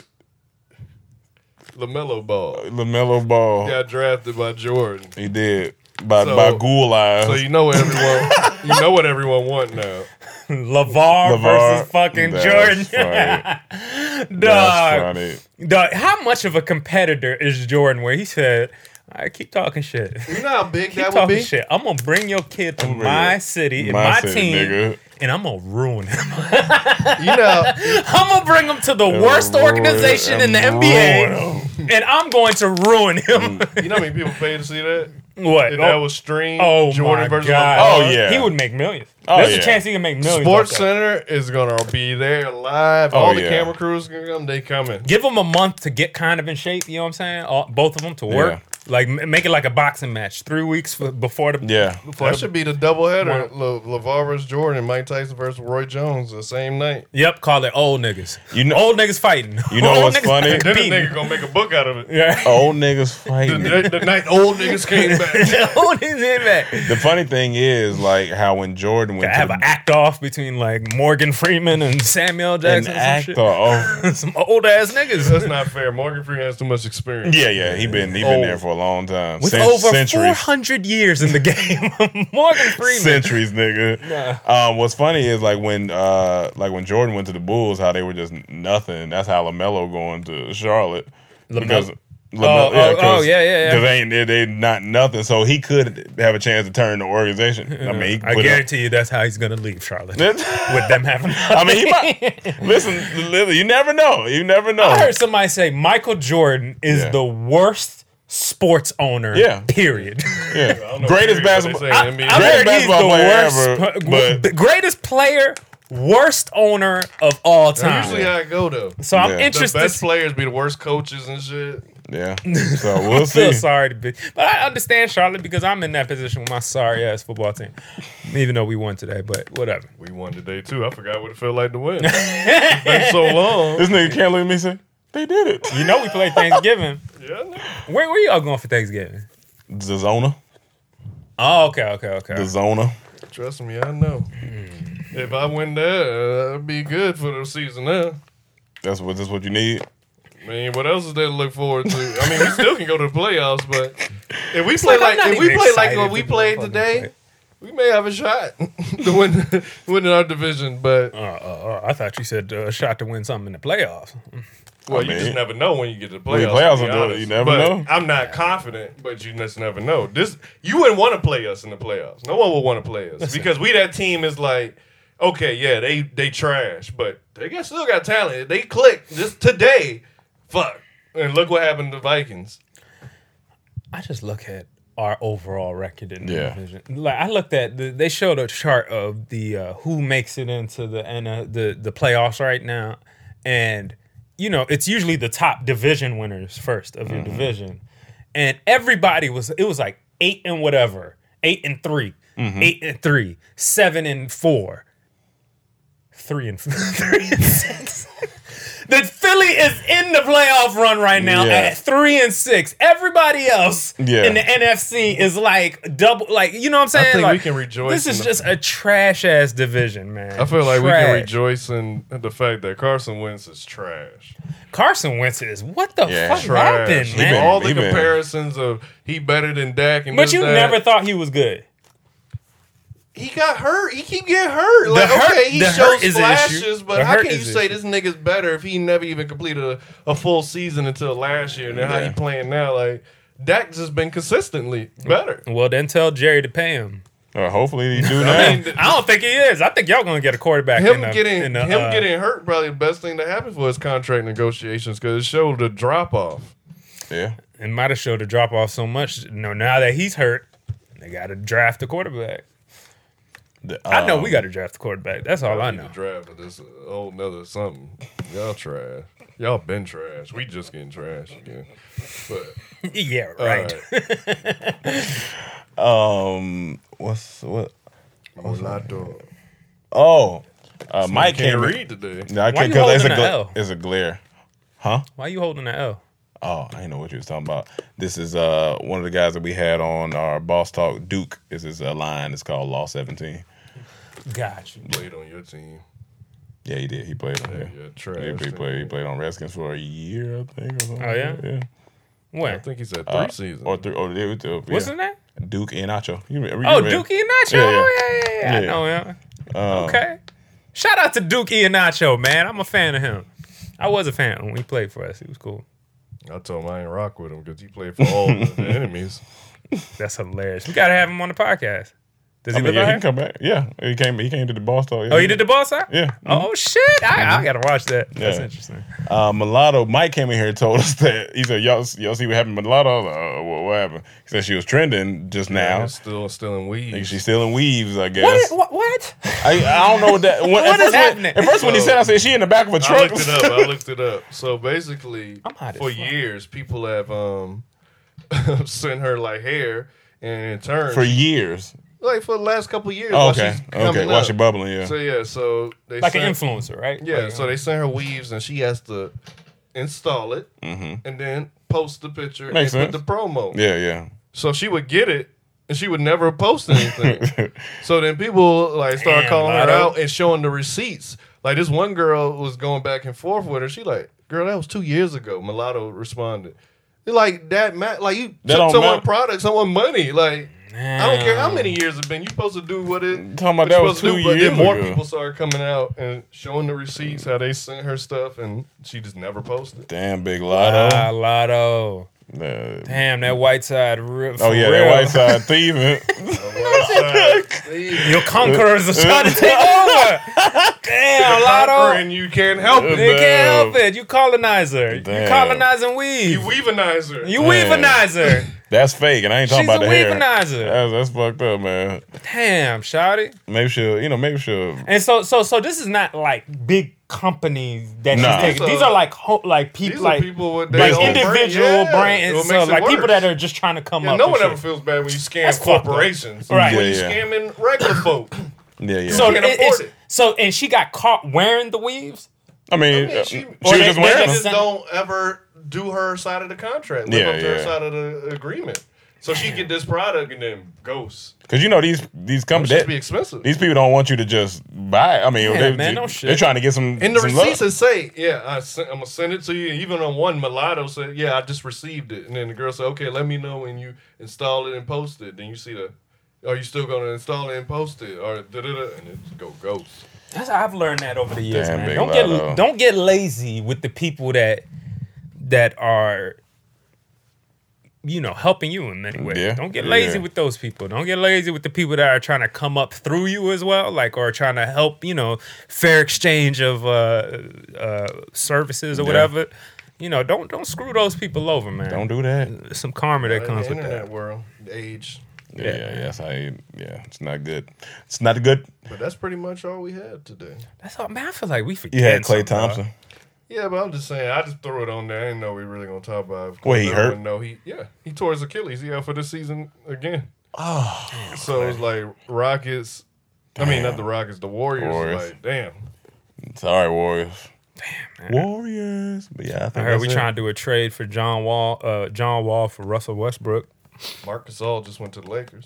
Lamelo Ball
Lamelo Ball,
got drafted by Jordan.
he did by
So-
by Gulai.
So you know what everyone you know what everyone want now.
LeVar,
LeVar-
versus fucking
That's
Jordan.
funny. That's
Dog.
funny.
Dog, how much of a competitor is Jordan where he said, I keep talking shit.
You know how big
Keep
that would
talking
be.
shit. I'm gonna bring your kid to
I'ma bring
my
it-
city and
my
my,
city,
team
nigga.
and I'm gonna ruin him.
You know,
I'm gonna bring him to the worst
Ruin-
organization in the
I'ma
NBA
ruin him.
and I'm going to ruin him.
you know how many people pay to see that? Mm.
what?
If that
Oh,
was streamed,
oh
Jordan
my
versus
god.
Oh, yeah.
He would make millions.
Oh,
There's
yeah.
a chance he can make
LeBron.
millions.
Sports
off that.
Center is gonna be there live.
Oh,
All the
yeah.
camera crews gonna come. They coming.
give them a month to get kind of in shape. You know what I'm saying? All, both of them to work. Like m- make it like a boxing match. Three weeks for, before the
Yeah.
That should be the doubleheader:
One.
Le- LeVar versus Jordan, Mike Tyson versus Roy Jones the same night.
Yep, call it old niggas.
You know-
old niggas fighting.
You know
Old
what's
niggas
funny?
fighting,
Then
Then the
beating.
nigga gonna make a book out of it.
Yeah.
Old niggas
The,
fighting.
the- the night old niggas came back.
old niggas in that.
The funny thing is, like how when Jordan went
I
to
have
the-
an act off between like Morgan Freeman and Samuel
an
Jackson. An
act
some
off.
shit. some old ass niggas.
That's not fair. Morgan Freeman has too much experience.
Yeah, yeah, he been he been
Old.
there for a long time.
With
Cent-
over
centuries,
400 years in the game, Morgan Freeman.
centuries, nigga. Um, what's funny is like when uh like when Jordan went to the Bulls, how they were just nothing. That's how Lamelo going to Charlotte because.
Oh, oh, oh,
'cause-
yeah, yeah, yeah.
'cause They ain't they, they not nothing, so he could have a chance to turn the organization. I mean, he
I
put up-
guarantee you that's how he's gonna leave Charlotte with them having.
I mean, he might listen. listen, You never know. You never know.
I heard somebody say Michael Jordan is
Yeah.
the worst sports owner.
Yeah.
Period.
Yeah. Greatest basketball.
They say in
I
NBA.
Greatest
heard he's
basketball
the
player
worst,
ever,
pl-
but-
the greatest player, worst owner of all time.
Usually how I go though.
so I'm
Yeah.
The
interested.
best players be the worst coaches and shit.
Yeah. So we'll
I feel
see.
sorry to be, but I understand Charlotte because I'm in that position with my sorry ass football team. Even though we won today, but whatever.
We won today too. I forgot what it felt like to win. it's been so long.
This nigga can't look at me and say, they did it.
You know we played Thanksgiving.
Yeah, I know.
Where where y'all going for Thanksgiving?
The Zona.
Oh, okay, okay, okay.
The Zona.
Trust me, I know. If I win there, uh, that'd be good for the season there.
That's what that's what you need.
I mean, what else is there to look forward to? I mean, we still can go to the playoffs, but if we play
like,
like,
I'm not
if we
even
play like
excited
what we
to
played
fucking
today,
play.
we may have a shot to win winning our division. But
Uh, uh, uh, I thought you said uh, a shot to win something in the playoffs.
well,
I
you
mean-
just never know when you get to the
When the
playoffs.
playoffs
to be
are doing it,
honest.
you never
But
know.
I'm not confident, but you just never know. This you wouldn't want to play us in the playoffs. No one would want to play us because we that team is like, okay, yeah, they they trash, but they got still got talent. They click just today. Fuck. And look what happened to the Vikings.
I just look at our overall record in the
Yeah.
division. Like I looked at the, they showed a chart of the uh, who makes it into the and uh, the the playoffs right now, and you know it's usually the top division
Mm-hmm.
winners first of your division, and everybody was it was like eight and whatever. eight and 3
Mm-hmm.
eight and three, seven and four, three and three and six. The Philly is in the playoff run right now
Yeah.
at three and six. Everybody else
Yeah.
in the NFC is like double, like you know what I'm saying.
think we
Like,
can rejoice
This
in
is
the-
just a trash ass division, man.
I feel like we can
Trash.
rejoice in the fact that Carson Wentz is trash.
Carson Wentz is what the
Yeah.
fuck
Trash.
happened,
He
man?
been-
All the
he been-
comparisons of he better than Dak and
But
this,
you
that.
never thought he was good.
he got hurt. He keep getting hurt. Like
hurt-
okay, he
the hurt
shows
is an
flashes,
issue.
but
The
how
hurt
can you
is an
say this nigga's better if he never even completed a, a full season until last year? And then how
Yeah.
he playing now? Like Dak just been consistently better.
Well, then tell Jerry to pay him.
Uh, hopefully they do
I
now.
mean, th-
I don't think he is. I think y'all gonna get a quarterback.
him
in the,
getting
in the,
him
uh,
getting hurt probably the best thing that happened for his contract negotiations because it showed the drop off.
Yeah.
it might have showed a drop off so much. You know, now that he's hurt, they got to draft the quarterback.
The,
I know
um,
we got to draft the quarterback. That's all I know.
The draft of this whole nother something. Y'all trash. Y'all been trash. We just getting trash again. But
yeah,
all
right.
right.
Um, what's what?
I'm not doing.
Oh, uh, Mike can't
Can't read today.
No, I
Why
can't
you
because it's a
holding a L?
gl- it's a glare.
Why you holding that L?
Oh, I didn't know what you was talking about. This is uh one of the guys that we had on our boss talk. Duke is his uh, line. It's called Law Seventeen.
Got you.
Played on your team.
Yeah, he did. He played on there.
Yeah,
He,
trash.
he played. He played on Redskins for a year, I think. Or something
Oh, yeah?
yeah.
I
When?
think he said three
Uh,
seasons.
or three. Or they were two.
What's
yeah.
his name?
Duke and Nacho. You, re- you
Oh,
re-
Duke Iannaccio.
Yeah, yeah.
Oh, yeah, yeah, yeah.
Yeah.
I know him.
Um,
Okay. Shout out to Duke Iannaccio, man. I'm a fan of him. I was a fan when he played for us. He was cool.
I told him I ain't rock with him because he played for all of the enemies.
That's hilarious. We got to have him on the podcast. Does he
I mean,
live
yeah,
out
he
here?
can come back. Yeah, he came. He came to the boss talk.
Oh, he did the ball side?
Yeah. Mm-hmm.
Oh, shit. I, I got to watch that. That's
Yeah.
interesting.
Uh, Mulatto Mike came in here and told us that he said, "Y'all, y'all see what happened, Mulatto? I was like, "Oh, what, what happened?" He said she was trending just now.
Now still still in
Think
weed.
She's still in weaves, I guess.
What? what?
I, I don't know what that. When,
What
at
is
first when-
happening?
at first, when he said, I said she in the back of a
I
truck.
looked it up. I looked it up. So basically,
I'm hot as
for
fuck.
years, people have um sent her like hair, and in turn,
for years.
like for the last couple of years,
Oh,
while
okay,
she's
okay.
coming
While
up.
she bubbling, yeah.
So yeah, so they
Like an
sent-
influencer, right?
Yeah,
Like, uh, uh-huh.
so they send her weaves, and she has to install it, and then post the picture
Mm-hmm. Makes
and
sense.
put the promo.
yeah, yeah.
So she would get it and she would never post anything. so then people like start
Damn,
calling her
Lotto.
out and showing the receipts. Like this one girl was going back and forth with her. She like, girl, that was two years ago. Mulatto responded. Like that, ma- like you
That
took
don't
someone
matter.
product, someone money. Like I don't care how many years it's been. You supposed to do what it.
Talking about
what you
that was
supposed to
two
do, but
years
then more
ago.
people started coming out and showing the receipts how they sent her stuff, and she just never posted.
Damn, big
Ah,
Lotto.
Lotto.
Uh,
Damn, that white side. Real,
oh yeah, that white side thieving.
Your conquerors are trying to take over. Damn, Lotto.
and you can't help it.
They
Damn.
can't help it. You colonizer. You
Damn.
colonizing weave.
You weavenizer.
You
Damn.
weavenizer.
That's fake, and I ain't talking
She's
about
a
the hair.
weavenizer.
That's, that's fucked up, man.
Damn, shouty.
Maybe she'll, you know, maybe she'll.
And so, so, so this is not like big companies that
Nah.
she's taking. These are like, ho- like
These
people,
are
like,
people with
like
their own
individual
brand. Yeah.
brands.
It makes
So,
it
like people
worse.
that are just trying to come
Yeah,
up.
no
with
one ever
shit.
feels bad when you scam
That's fucked up.
corporations.
Right.
Yeah,
When you
yeah.
scamming regular folk.
Yeah, yeah.
So
can
it-
afford
it's-
it.
So and she got caught wearing the weaves.
I mean,
I
uh,
mean,
she,
she-
was
they-
just
they
wearing
just-
them.
Just don't ever do her side of the contract. Live
Yeah,
up to her
yeah.
side of the agreement. So she get this product and then ghost.
because you know these these
It
companies.
should be expensive.
These people don't want you to just buy. it. I mean,
Yeah,
they,
man,
they,
no shit.
are trying to get some.
and the
some
receipts
love.
is say, yeah, I sent, I'm gonna send it to you. Even on one, mulatto said, yeah, I just received it. And then the girl said, okay, let me know when you install it and post it. Then you see the, are you still gonna install it and post it or da da da? And it's go ghost.
That's I've learned that over the years,
Damn,
man.
Big
Don't
Lotto.
get don't get lazy with the people that that are you know helping you in many ways.
Yeah,
Don't get
yeah.
lazy with those people. Don't get lazy with the people that are trying to come up through you as well, like or trying to help. You know, fair exchange of uh, uh, services or
Yeah.
whatever. You know, don't don't screw those people over, man.
Don't do that.
There's some karma that comes
the
with
internet
that.
world, the age.
Yeah, yeah, yes, I. Yeah, it's not good. It's not good.
But that's pretty much all we had today.
That's all, man. I feel like we forget.
You had Clay
something, dog.
Thompson.
Yeah, but I'm just saying, I just threw it on there. I didn't know we were really gonna talk about. it. Of
Wait, he
everyone
hurt?
Know he yeah, he tore his Achilles. He out for this season again.
Oh.
So it was like Rockets. I mean, not the Rockets, the Warriors.
Warriors.
Like, damn.
Sorry, Warriors. Damn. Warriors. But yeah, I think
I heard
that's
we
it.
trying to do a trade for John Wall, uh, John Wall for Russell Westbrook.
Marcus All just went to the Lakers.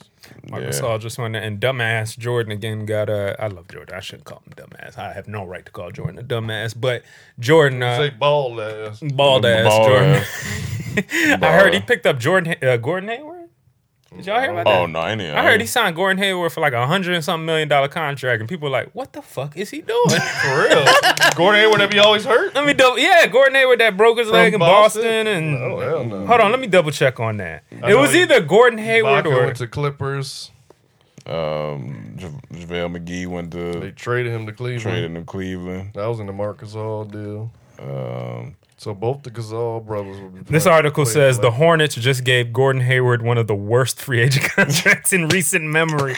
Marcus
Yeah.
Gasol just went there, and dumbass Jordan again got uh I love Jordan. I shouldn't call him dumbass. I have no right to call Jordan a dumbass, but Jordan
Say
uh,
ball ass.
bald ass
Ball
Jordan.
ass.
I heard he
Ball.
picked up Jordan uh, Gordon Hayward. Did y'all hear about that?
Oh no, I, ain't
I heard he signed Gordon Hayward for like a hundred and something million dollar contract, and people were like, "What the fuck is he doing?"
For real. Gordon Hayward that be always hurt?
let me double. Yeah, Gordon Hayward that broke his leg in Boston, and
Oh, hell no.
hold on, let me double check on that. it
know
was
he-
either Gordon Hayward
Baca
or
went to Clippers.
Um, Ja- JaVale McGee went
They
to
traded him to Cleveland.
traded to Cleveland.
That was in the Marcus All deal.
Um,
So both the Gasol brothers will be.
This
playing-
article
playing
says the
like-
Hornets just gave Gordon Hayward one of the worst free agent contracts in recent memory.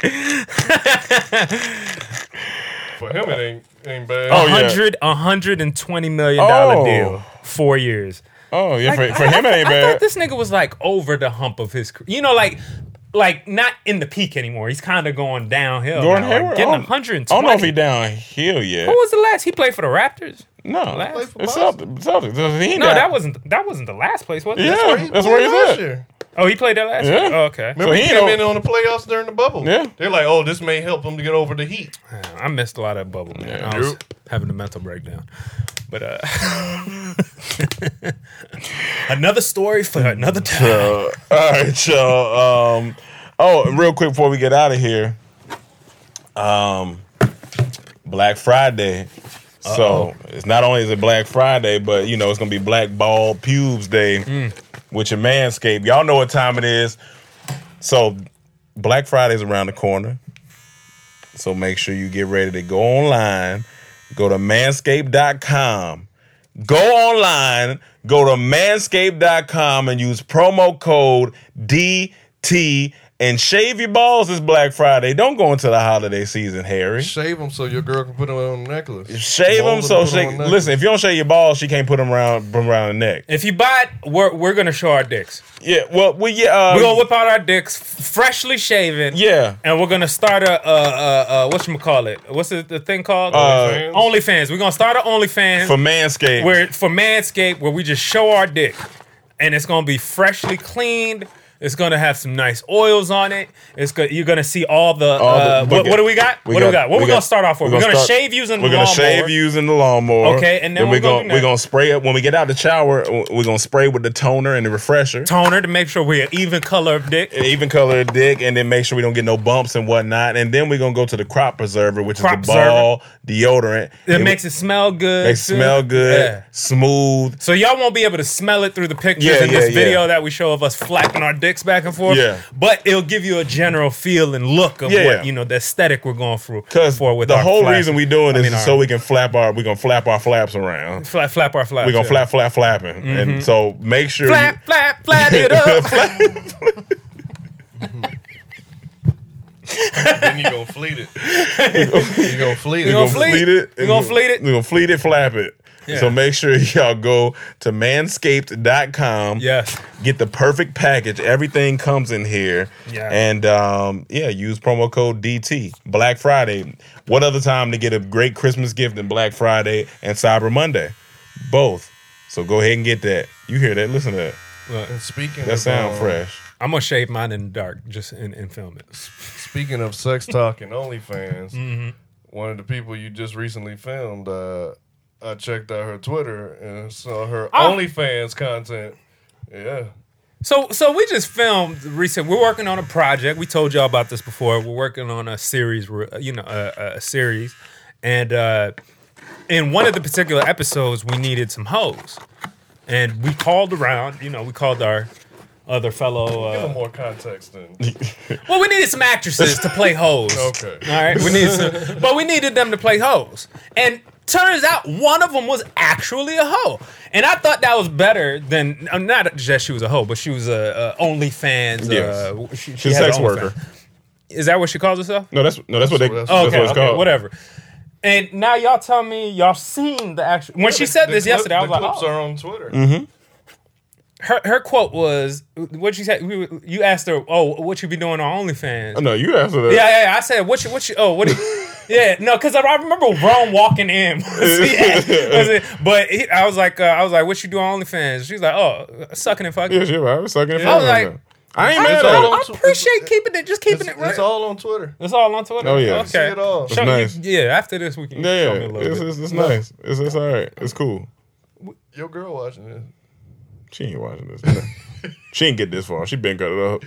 for him it ain't ain't bad.
Oh, yeah.
100, 120 million dollar
Oh.
deal, four years.
oh yeah, for, for
I-
him
I,
it ain't
I
bad.
thought this nigga was like over the hump of his, career. you know, like. Like not in the peak anymore. He's kind of going downhill.
Gordon
now. Like,
Hayward.
getting
I don't-
120.
I don't know if he downhill yet.
Who was the last he played for the Raptors?
no,
Played
for
it's
Boston?
Celtics. Celtics. He ain't
No,
down-
that wasn't that wasn't the last place, was it?
Yeah.
That's where he
that's
played
where he's
last
at.
year.
Oh, he played that last
Yeah.
year. Oh, okay.
So he
he
ain't
came in
no,
on the playoffs during the bubble.
Yeah.
They're like, oh, this may help him to get over the heat.
Yeah, I missed a lot of bubble, man.
Yeah.
I was
Yep.
having a mental breakdown. But uh another story for another time.
Uh, all right, y'all. Um, oh, and real quick before we get out of here, um, Black Friday. So it's not only is it Black Friday, but you know it's gonna be Black Ball Pubes Day
Mm.
with your Manscaped. Y'all know what time it is. So Black Friday's around the corner. So make sure you get ready to go online. Go to manscaped.com go online, go to manscaped.com and use promo code DT and shave your balls this Black Friday. Don't go into the holiday season, Harry.
Shave him so your girl can put him on a necklace.
Shave them
Mold
so
and put
she.
him on a necklace.
Listen, if you don't shave your balls, she can't put them around from around the neck.
If you buy it, we're we're gonna show our dicks.
Yeah, well, we yeah, uh,
We're gonna whip out our dicks, freshly shaven.
yeah.
And we're gonna start a uh uh, uh what you call it? What's the, the thing called?
Uh,
OnlyFans. We're gonna start an OnlyFans.
For Manscaped,
where for Manscaped, where we just show our dick, and it's gonna be freshly cleaned. It's gonna have some nice oils on it. It's go- you're gonna see all the,
All the-
uh,
we
what,
got-
what do we got?
we
what do
got-
we got? What
we
we, gonna
got-
start off with?
we're
We're gonna,
gonna start-
shave using
we're
the
gonna
lawnmower.
shave using the lawnmower.
Okay, and then
we're
we're gonna
gonna
do that.
we're gonna spray it when we get out the shower. We're gonna spray with the toner and the refresher.
toner to make sure we're even color of dick.
an even color dick and then make sure we don't get no bumps and whatnot. And then we're gonna go to the crop preserver, which
Crop
is the ball deodorant.
It makes it smell good.
makes it
too.
smell good,
Yeah.
smooth.
So y'all won't be able to smell it through the pictures
Yeah,
in
yeah,
this
yeah.
video that we show of us flapping our dicks back and forth.
Yeah.
But it'll give you a general feel and look of
Yeah, yeah.
what you know the aesthetic we're going through.
Cause
for with
the
our
whole
flapping.
reason we doing
I
this
mean,
is
our-
so we can flap our we gonna flap our flaps around.
flap flap our flaps.
We're gonna
yeah.
flap, flap, flapping. And so make sure you-
flap flap flap it up.
then you gonna fleet it. you gonna fleet it.
You gonna fleet-
fleet it.
We gonna fleet it.
We gonna fleet it, flap it.
Yeah.
So make sure y'all go to manscaped.com.
Yes.
Get the perfect package. Everything comes in here.
Yeah.
And um, yeah, use promo code DT. Black Friday. What other time to get a great Christmas gift than Black Friday and Cyber Monday? Both. So go ahead and get that. You hear that? Listen to that.
And speaking
That
of,
sound
um,
fresh.
I'm gonna shave mine in the dark just and, and film it.
Speaking of sex talk and OnlyFans,
Mm-hmm.
one of the people you just recently filmed, uh, I checked out her Twitter and saw her
Ah!
OnlyFans content. Yeah.
So so we just filmed recent. We're working on a project. We told y'all about this before. We're working on a series. we're- uh, You know, a, a- a series, and uh, in one of the particular episodes, we needed some hoes, and we called around. You know, we called our other fellow.
A little
Uh,
more context than
well, we needed some actresses to play hoes.
okay.
All right, we need some, but we needed them to play hoes. And turns out one of them was actually a hoe. And I thought that was better than uh, not just that she was a hoe, but she was a, a OnlyFans. Uh,
Yes.
she, she
She's a
has
sex
an OnlyFans.
worker.
Is that what she calls herself?
No, that's no, that's what they.
That's-
that's
okay,
what it's
okay,
called.
whatever. And now y'all tell me y'all seen the actual. When she said
The
this
clip-
yesterday, I was oh.
the
like,
clips
oh.
are on Twitter.
her her quote was, "What you said? we- You asked her, oh, what you be doing on OnlyFans?"
Oh, No, you answer that.
Yeah, yeah, yeah. I said, "What you? What you? Oh, what?" You, yeah, no, because I, I remember Rome walking in. yeah, was it- but he, I was like, uh, I was like, "What you do on OnlyFans?" She's like, "Oh, sucking and fucking."
Yeah, shit, I was sucking it
I was like,
I ain't
I,
mad
don't
at
know,
it.
I appreciate keeping it, just keeping
It's,
it right.
it's all on Twitter.
It's all on Twitter.
Oh, yeah.
okay.
See
it all.
Show
Nice.
me, yeah, after this we can
Yeah,
show me a
yeah.
little
It's,
bit.
it's, it's nice. It's, it's all right. It's cool.
Your girl watching this.
She ain't watching this. she ain't get this far. She been cut it up.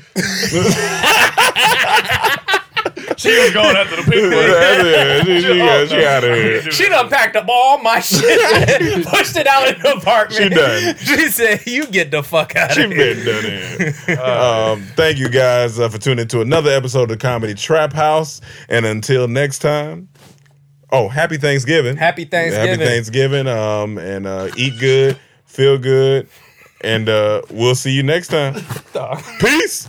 She was going after the pig boy.
Yeah, she, she, got- she out of here.
Oh, She done packed up all my shit, pushed it out in the apartment.
She done.
She said, "You get the fuck out
She
of here."
been done in. Um, thank you guys uh, for tuning in to another episode of Comedy Trap House. And until next time, oh, happy Thanksgiving.
Happy Thanksgiving.
Happy Thanksgiving. Um, and uh, eat good, feel good. And uh, we'll see you next time. Peace.